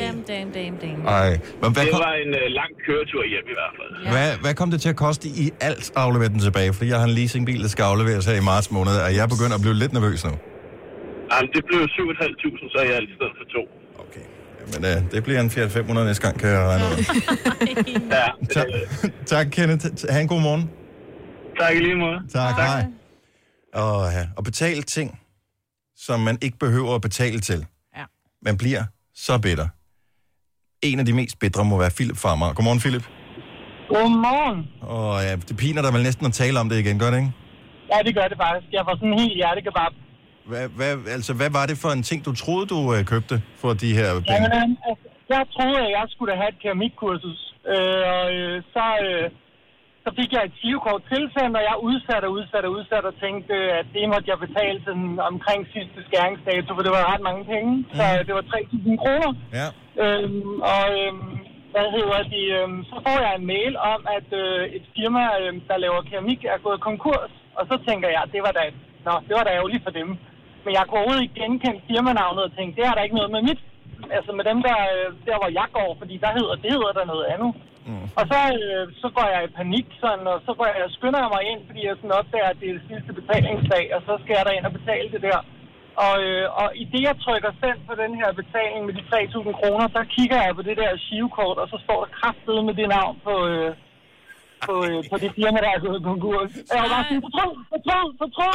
B: Damn, damn, damn, damn.
A: Ej. Men hvad,
X: det
A: kom,
X: var en uh, lang køretur hjem i hvert fald.
A: hvad, hvad kom det til at koste i alt at aflevere den tilbage? Fordi jeg har en leasingbil, der skal afleveres her i marts måned, og jeg begynder at blive lidt nervøs nu.
X: Jamen, det blev 7.500, så jeg er i stedet for to.
A: Men øh, det bliver en Fiat 500 næste gang, kan jeg regne ud.
X: ja.
A: tak, tak, Kenneth. Ha' en god morgen.
X: Tak i lige måde.
A: Tak, hej. Og, ja. og betale ting, som man ikke behøver at betale til.
C: Ja.
A: Man bliver så bitter. En af de mest bitre må være Philip fra Amager. Godmorgen, Philip.
P: Godmorgen.
A: Og ja, det piner dig vel næsten at tale om det igen, gør det ikke?
P: Ja, det gør det faktisk. Jeg var sådan helt hjertekebab.
A: Hvad, hvad, altså, hvad var det for en ting, du troede, du øh, købte for de her penge?
P: Jamen, altså, jeg troede, at jeg skulle da have et keramikkursus. Øh, og øh, så, øh, så fik jeg et skrivekort tilsendt, og jeg udsatte og udsatte og udsatte og tænkte, øh, at det måtte jeg betale sådan, omkring sidste skæringsdato, for det var ret mange penge. Så øh, det var 3.000 kroner.
A: Mhm. Ja.
P: Øhm, og øhm, hvad hedder de, øhm, så får jeg en mail om, at øh, et firma, øhm, der laver keramik, er gået konkurs. Og så tænker jeg, det var da, nå, det var da ærgerligt for dem. Men jeg kunne overhovedet ikke genkende firmanavnet og tænkte, det har da ikke noget med mit. Altså med dem, der, øh, der hvor jeg går, fordi der hedder, det hedder der noget andet. Mm. Og så, øh, så går jeg i panik, sådan, og så går jeg, skynder jeg mig ind, fordi jeg sådan opdager, at det er det sidste betalingsdag, og så skal jeg derind og betale det der. Og, øh, og i det, jeg trykker send på den her betaling med de 3.000 kroner, så kigger jeg på det der shivkort, og så står der kraftedet med det navn på, øh, på, øh, på det firma, der er gået konkurs. Og Jeg var bare sådan, fortryd, fortryd, fortryd.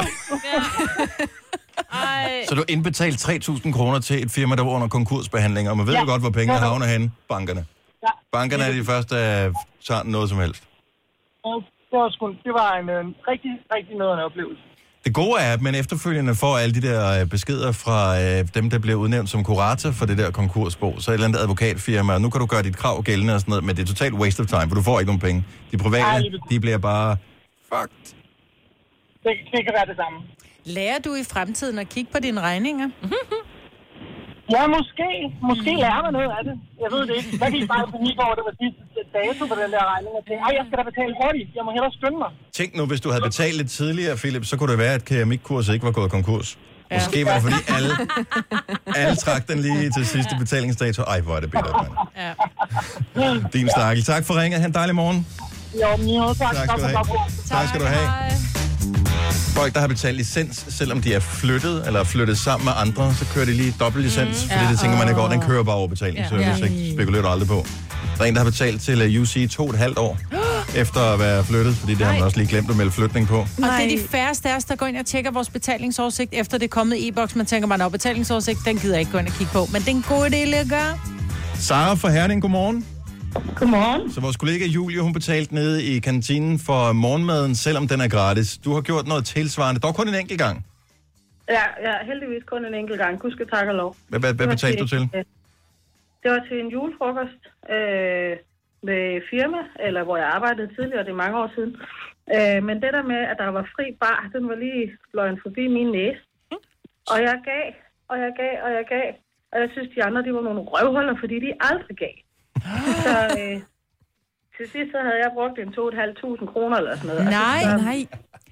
A: Så du indbetalte 3.000 kroner til et firma, der var under konkursbehandling, og man ved ja.
P: Ja.
A: jo godt, hvor pengene
P: Ja, ja.
A: havner henne. Bankerne.
P: Ja.
A: Bankerne er de første, der tager noget som helst.
P: Det var, sgu, det var en øh, rigtig, rigtig nederen oplevelse.
A: Det gode er, at man efterfølgende får alle de der øh, beskeder fra øh, dem, der bliver udnævnt som kurator for det der konkursbo. Så et eller andet advokatfirma, og nu kan du gøre dit krav gældende og sådan noget, men det er totalt waste of time, for du får ikke nogen penge. De
P: Ej,
A: private,
P: lige præcis.
A: de bliver bare...
P: Det, det kan være det samme.
C: Lærer du i fremtiden at kigge på dine regninger?
P: Ja, måske. Måske
C: Mm.
P: lærer man noget af det. Jeg ved det ikke. Jeg gik bare i panik over, at det var sidste dato på den der regning. Jeg tænkte, "Ej, jeg skal da betale hurtigt. Jeg må hellere skynde mig.
A: Tænk nu, hvis du havde betalt lidt tidligere, Philip, så kunne det være, at keramikkurset ikke var gået konkurs. Ja. Måske var det, fordi alle, alle trak den lige til sidste betalingsdato. Ej, hvor er det bedre, mand. Din stakkel. Tak for ringet. Ha' en dejlig morgen.
P: Jo, men jo, tak.
A: Tak skal du have. Tak skal du have. Folk, der har betalt licens, selvom de er flyttet eller er flyttet sammen med andre, så kører de lige dobbelt licens, mm. fordi
F: Ja,
A: det tænker man ikke over, den kører bare over
F: Ja.
A: betalingsservice, ja. ikke? Spekulerer du aldrig på. Der er en, der har betalt til øh, UC to og et halvt år, efter at være flyttet, fordi det har man også lige glemt at melde flytning på.
C: Og det er de færreste af os, der går ind og tjekker vores betalingsoversigt efter det er kommet e-boks. Man tænker, man har betalingsoversigt, den gider jeg ikke gå ind og kigge på. Men det er en god idé lige at gøre.
A: Sara fra Herning, godmorgen.
P: Godmorgen.
A: Så vores kollega Julie, hun betalte nede i kantinen for morgenmaden, selvom den er gratis. Du har gjort noget tilsvarende, dog kun en enkelt gang.
Y: Ja, ja, heldigvis kun en enkelt gang. Gud skal takke og lov.
A: Hvad, hvad, hvad
Y: Det var
A: betalte du til?
Y: øh, Det var til en julefrokost øh, med firma, eller hvor jeg arbejdede tidligere, det er mange år siden. Øh, men det der med, at der var fri bar, den var lige fløjen forbi min næse. Og jeg gav, og jeg gav, og jeg gav. Og jeg synes, de andre, de var nogle røvhuller, fordi de aldrig gav. Så øh, til sidst, så havde jeg brugt en 2.500 kroner eller sådan noget. Og så-
C: Nej,
Y: så-
C: nej.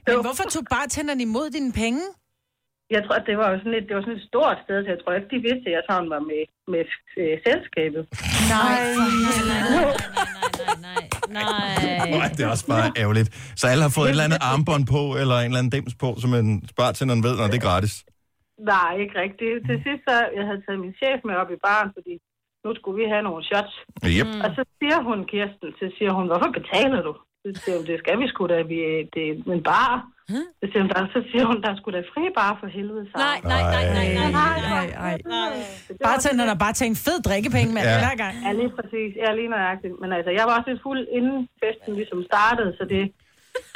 C: Men hvorfor tog bartenderen imod dine penge?
Y: Jeg tror, at det var jo sådan et, det var sådan et stort sted, så jeg tror ikke, de vidste, at jeg sådan var med, med øh, selskabet.
C: Nej,
A: Nej, det er også bare ærgerligt. Så alle har fået et eller andet armbånd på, eller en eller anden dims på, så man sparer til, når man ved, når det er gratis.
Y: Nej, ikke rigtigt. Til sidst, så jeg havde taget min chef med op i baren, fordi nu skulle vi have nogle shots.
A: Yep.
Y: Og så siger hun, Kirsten, så siger hun, hvorfor betaler du? Så siger hun, det skal vi sgu da, vi, det er en bar. Så siger hun, der, så siger hun, der skulle da fri bar for helvede, Sara. Nej,
C: nej, nej, nej, nej, nej,
Y: nej, nej.
C: Bartenderen har bare tænkt fed drikkepenge, mand.
Y: Ja.
C: Ja. Hver gang.
Y: Ja, lige præcis. Ja, lige nøjagtigt. Men altså, jeg var også lidt fuld, inden festen ligesom startede, så det,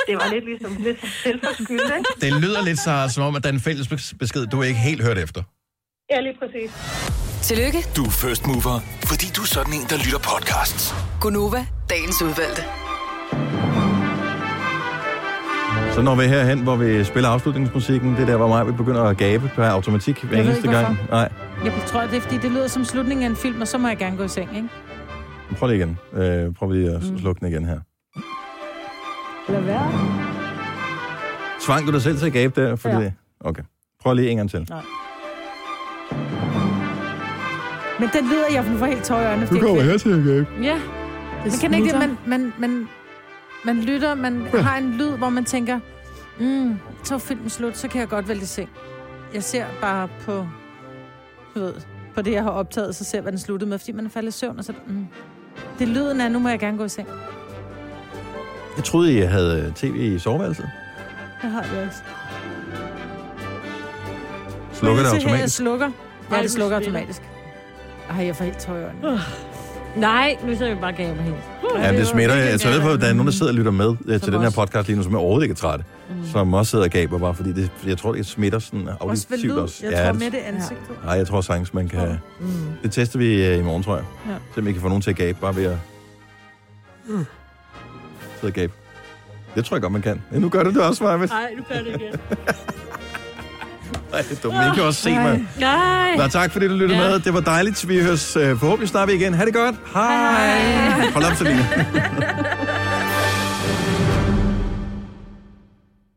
Y: det var lidt ligesom lidt selvforskyldt, ikke?
A: Det lyder lidt, Sara, som om, at der er en fælles bes- besked, du ikke helt hørt efter.
Y: Ja, lige præcis.
G: Tillykke,
N: Du er first mover, fordi du er sådan en, der lytter podcasts.
G: Gunova, dagens udvalgte.
A: Så når vi er herhen, hvor vi spiller afslutningsmusikken, det er der, hvor mig vi begynder at gabe per automatik hver
C: Jeg ved
A: eneste
C: ikke,
A: gang. Nej,
C: Jeg tror, det er, fordi det lyder som slutningen af en film, og så må jeg gerne gå i seng, ikke?
A: prøv lige igen. Øh, prøv lige at
C: Mm.
A: s- slukke den igen her.
C: Lad være.
A: Tvang du dig selv til at gabe der? Fordi...
C: Ja.
A: Ja. Okay. Prøv lige en gang til.
C: Nej. Men den lyder, jeg får helt tår i øjnene. fordi-
A: til at gabe.
C: Ja. Det man kan ikke det, man, man, man, man lytter, man har en lyd, hvor man tænker, mm, så er filmen slut, så kan jeg godt vælge seng. Jeg ser bare på, du ved, på det, jeg har optaget, så ser jeg, hvad den sluttede med, fordi man er faldet i søvn, og så, mm. det er lyden af, nu må jeg gerne gå i seng.
A: Jeg troede, I havde øh, tv i soveværelset.
C: Det har jeg også.
A: Slukker det
C: Se her, Jeg
A: automatisk?
C: slukker. Ja,
B: Ej,
C: det
B: hvor
C: slukker
B: spændende.
C: automatisk. Ej, jeg får helt tøj i øjnene.
B: Nej, nu sidder vi bare gav mig helt.
A: Ja, det smitter. Jeg tager ved på, at der er nogen, der sidder og lytter med øh, til den her podcast lige nu, som er overhovedet træt. Som også sidder og gaber bare, fordi det, jeg tror, det smitter sådan
C: Mm. Også ved
A: auditivt
C: lyd.
A: også.
C: Jeg tror
A: det-
C: med det ansigt.
A: Nej, jeg tror sagtens, man kan...
C: Mm.
A: Det tester vi øh, i morgen, tror jeg.
C: Ja.
A: Så vi kan få nogen til at gabe, bare ved at
B: Mm.
A: sidde og gabe. Det tror jeg godt, man kan. Ja, nu gør du det også, Marvitt.
B: Nej, du gør det igen.
A: Nej, det er dumt. Jeg kan også se mig.
B: Nej.
A: Nå, tak fordi du lyttede
B: Ja.
A: med. Det var dejligt. Vi høres øh, forhåbentlig snart igen. Ha' det godt. Hej. Hej. Hold op, Selina.